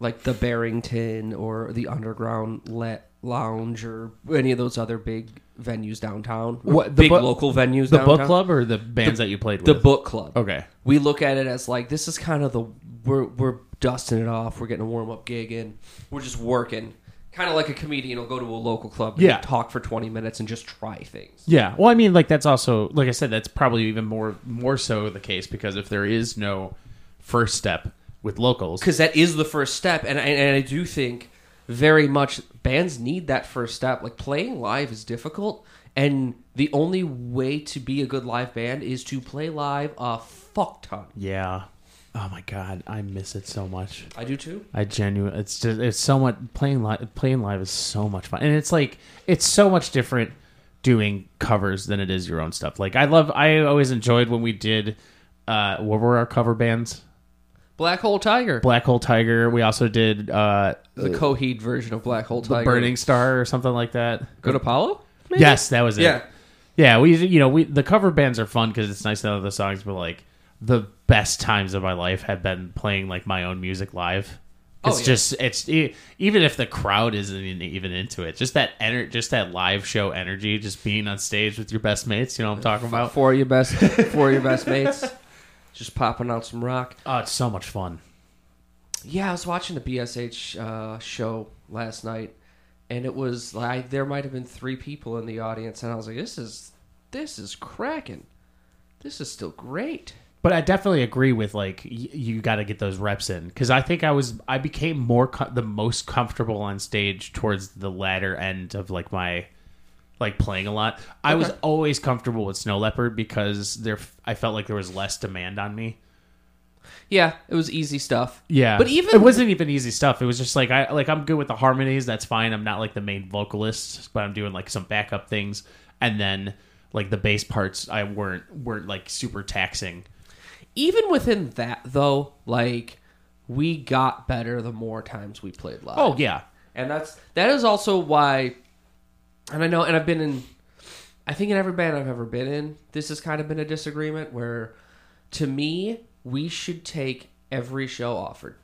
A: like the Barrington or the Underground Let Lounge or any of those other big venues downtown,
C: What, the
A: big
C: bu-
A: local venues.
C: The
A: downtown.
C: book club or the bands that you played
A: the
C: with?
A: book club.
C: Okay.
A: we look at it as like this is kind of the we're we're dusting it off. We're getting a warm up gig in. We're just working, kind of like a comedian will go to a local club, and
C: Yeah.
A: talk for twenty minutes and just try things.
C: Yeah. Well, I mean, like that's also like I said, that's probably even more more so the case because if there is no first step with locals,
A: because that is the first step, and I, and I do think very much bands need that first step. Like playing live is difficult, and the only way to be a good live band is to play live a fuck ton.
C: yeah. Oh my god, I miss it so much.
A: I do too.
C: I genuinely, it's just it's so much playing live. Playing live is so much fun, and it's like it's so much different doing covers than it is your own stuff. Like I love, I always enjoyed when we did. Uh, what were our cover bands?
A: Black Hole Tiger,
C: Black Hole Tiger. We also did uh,
A: the Coheed version of Black Hole Tiger,
C: Burning Star or something like that.
A: Good Apollo. Maybe?
C: Yes, that was it.
A: Yeah.
C: Yeah, we you know we the cover bands are fun because it's nice to know the songs, but like the best times of my life have been playing like my own music live.
A: Oh,
C: It's
A: yeah.
C: just it's e- even if the crowd isn't in- even into it, just that ener- just that live show energy, just being on stage with your best mates. You know what I'm talking about?
A: Four of your best, four of your best mates, just popping out some rock.
C: Oh, it's so much fun.
A: Yeah, I was watching the BSH uh, show last night, and it was like there might have been three people in the audience, and I was like, "This is this is cracking. This is still great."
C: But I definitely agree with like y- you got to get those reps in because I think I was I became more co- the most comfortable on stage towards the latter end of like my like playing a lot. I was always comfortable with Snow Leopard because there I felt like there was less demand on me.
A: Yeah, it was easy stuff.
C: Yeah,
A: but even
C: it wasn't even easy stuff. It was just like I like I'm good with the harmonies. That's fine. I'm not like the main vocalist, but I'm doing like some backup things, and then like the bass parts I weren't weren't like super taxing.
A: even within that though, like we got better the more times we played live.
C: Oh yeah,
A: and that's that is also why and i know and i've been in i think in every band i've ever been in this has kind of been a disagreement where to me we should take every show offered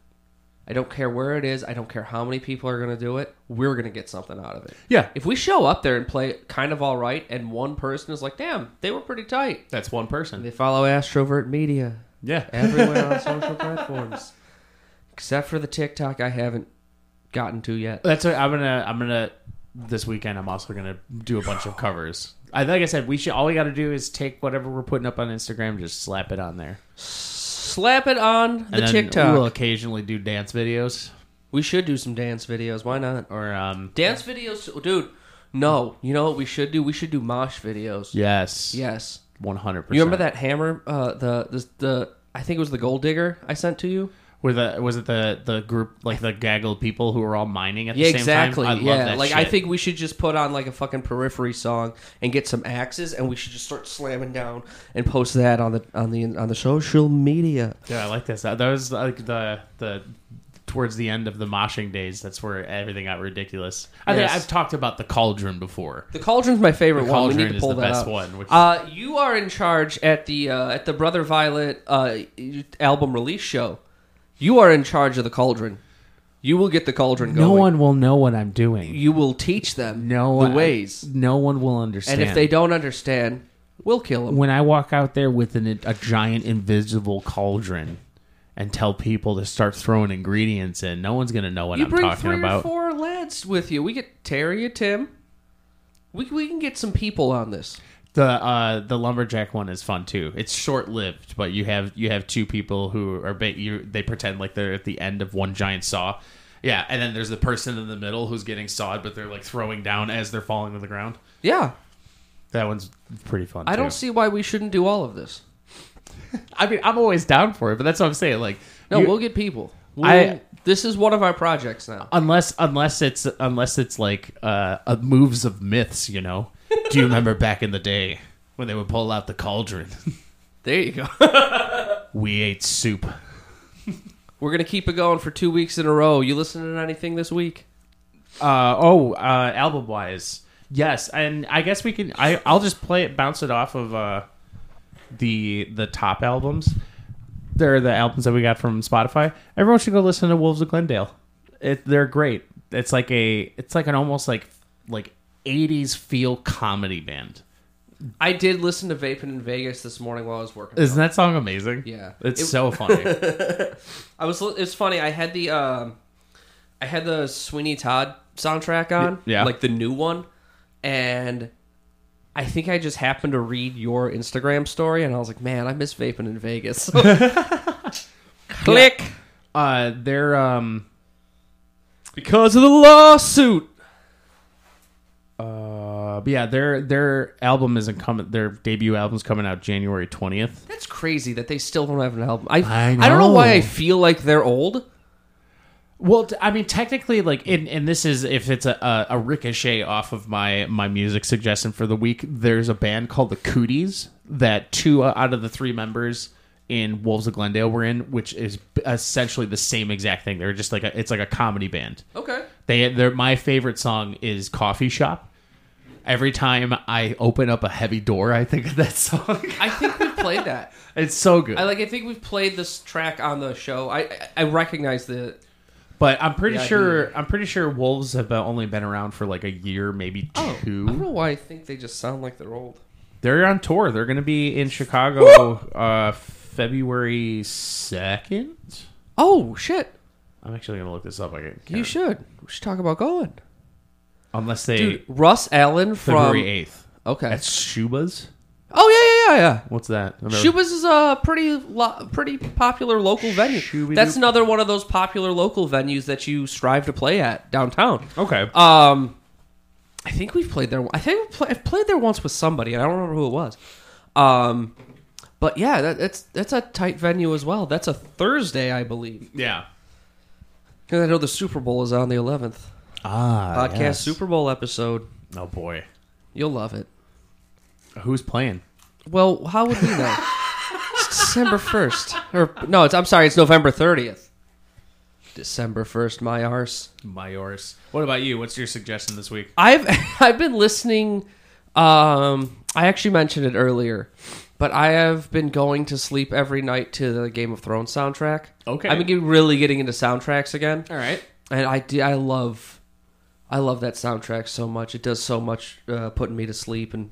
A: i don't care where it is i don't care how many people are going to do it we're going to get something out of it
C: yeah.
A: if we show up there and play kind of all right and one person is like damn they were pretty tight
C: That's one person.
A: they follow astrovert media
C: Yeah.
A: everywhere on social platforms except for the tiktok i haven't gotten to yet
C: That's what I'm gonna I'm gonna this weekend I'm also gonna do a bunch of covers. I like I said, we should all we gotta do is take whatever we're putting up on Instagram, just slap it on there.
A: Slap it on the
C: And then
A: TikTok.
C: We'll occasionally do dance videos.
A: We should do some dance videos. Why not?
C: Or um
A: Dance videos, dude. No, you know what we should do? We should do mosh videos.
C: Yes.
A: Yes.
C: One hundred percent.
A: You remember that hammer? Uh, the, the the I think it was the gold digger I sent to you.
C: Were the was it the the group like the gaggle of people who were all mining at the
A: Yeah,
C: same
A: exactly.
C: time? I love
A: yeah,
C: that
A: like I
C: shit.
A: think we should just put on like a fucking periphery song and get some axes, and we should just start slamming down and post that on the on the on the social media.
C: Yeah, I like this. That that was like the the towards the end of the moshing days, that's where everything got ridiculous. I
A: Yes.
C: think I've talked about the cauldron before.
A: The cauldron's my favorite
C: The
A: one. We
C: cauldron
A: need to
C: is
A: pull
C: the
A: that
C: best
A: up.
C: one, which-
A: Uh, you are in charge at the uh, at the Brother Violet uh, album release show. You are in charge of the cauldron. You will get the cauldron going.
C: No one will know what I'm doing.
A: You will teach them
C: no
A: the ways,
C: No one will
A: and
C: understand.
A: if they don't understand, we'll kill them.
C: when I walk out there with an, a giant invisible cauldron and tell people to start throwing ingredients in, no one's gonna know what
A: you
C: I'm
A: bring
C: talking
A: three
C: about.
A: or four lads with you. We get Terry and Tim. We we can get some people on this.
C: The uh, the lumberjack one is fun too. It's short lived, but you have you have two people who are ba- you they pretend like they're at the end of one giant saw. Yeah, and then there's the person in the middle who's getting sawed, but they're like throwing down as they're falling to the ground.
A: Yeah,
C: That one's pretty fun.
A: I
C: too.
A: don't see why we shouldn't do all of this.
C: I mean, I'm always down for it, but that's what I'm saying. Like,
A: No,
C: you-
A: we'll get people. We'll,
C: I-
A: this is one of our projects now.
C: unless unless it's unless it's like uh, a moves of myths. You know, do you remember back in the day when they would pull out [laughs] the cauldron?
A: There you go.
C: we ate soup.
A: We're gonna keep it going for two weeks in a row. You listening to anything this week?
C: Uh, oh, uh, album wise, yes, and I guess we can. I I'll just play it, bounce it off of uh, the the top albums. They're the albums that we got from Spotify. Everyone should go listen to Wolves of Glendale. It, they're great. It's like a it's like an almost like like eighties feel comedy band.
A: I did listen to Vaping in Vegas this morning while I was working.
C: Isn't that song amazing?
A: Yeah.
C: it's
A: It- [laughs]
C: so funny.
A: I was. It's funny. I had the um, I had the Sweeney Todd soundtrack on.
C: yeah.
A: like the new one, and I think I just happened to read your Instagram story, and I was like, man, I miss vaping in Vegas. [laughs] Click
C: uh, they're um,
A: because of the lawsuit.
C: uh, but yeah, their their album isn't coming. Their debut album's coming out January twentieth.
A: That's crazy that they still don't have an album. I
C: I
A: I don't know why
C: know.
A: I feel like they're old.
C: Well, t- I mean, technically, like, and, and this is if it's a, a, a ricochet off of my my music suggestion for the week. There's a band called the Cooties that two uh, out of the three members in Wolves of Glendale were in, which is essentially the same exact thing. They're just like a, it's like a comedy band.
A: Okay.
C: They they're my favorite song is Coffee Shop. Every time I open up a heavy door, I think of that [laughs] song.
A: I think we've played that.
C: it's so good.
A: I like. I think we've played this track on the show. I I, I recognize the
C: But I'm pretty
A: Yeah, I
C: sure I'm pretty sure wolves have uh, only been around for like a year, maybe
A: Oh, I
C: two.
A: don't know why I think they just sound like they're old.
C: They're on tour. They're going to be in Chicago uh, February second.
A: Oh shit!
C: I'm actually going to look this up. I can't.
A: You should. We should talk about going.
C: unless they
A: Dude, Russ Allen from
C: February eighth.
A: okay.
C: That's Shuba's.
A: Oh yeah, yeah, yeah, yeah.
C: What's that? I've never-
A: Shubas is a pretty lo- pretty popular local venue.
C: Shooby-doop.
A: That's another one of those popular local venues that you strive to play at downtown.
C: Okay.
A: Um, I think we've played there. I think we've pla- I've played there once with somebody, and I don't remember who it was. Um, but yeah, that, that's that's a tight venue as well. That's a Thursday, I believe.
C: yeah.
A: Because I know the Super Bowl is on the 11th.
C: Ah.
A: Podcast Super Bowl episode.
C: Oh boy.
A: You'll love it.
C: Who's playing?
A: Well, how would we know? it's December 1st. Or no, it's I'm sorry, it's November 30th. December 1st, my arse.
C: My yours. What about you? What's your suggestion this week?
A: I've [laughs] I've been listening um I actually mentioned it earlier, but I have been going to sleep every night to the Game of Thrones soundtrack.
C: Okay.
A: I've been get- really getting into soundtracks again.
C: All right.
A: and I do, I love I love that soundtrack so much. It does so much uh, putting me to sleep and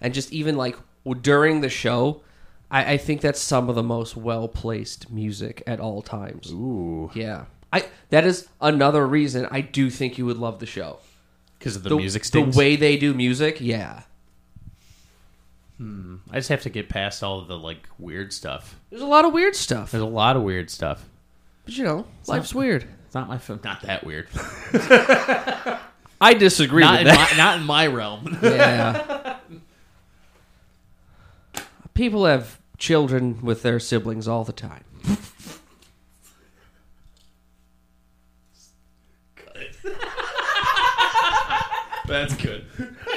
A: and just even like w- during the show, I, I think that's some of the most well placed music at all times.
C: Ooh.
A: Yeah, I that is another reason I do think you would love the show.
C: Because of the,
A: The
C: music.
A: the
C: Stings.
A: way they do music, yeah.
C: I just have to get past all of the like weird stuff.
A: There's a lot of weird stuff,
C: There's a lot of weird stuff.
A: but you know, life's weird.
C: It's not my film. Not that weird.
A: I disagree
C: not,
A: with
C: in
A: that.
C: my, not in my realm. [laughs]
A: Yeah. People have children with their siblings all the time.
C: That's good.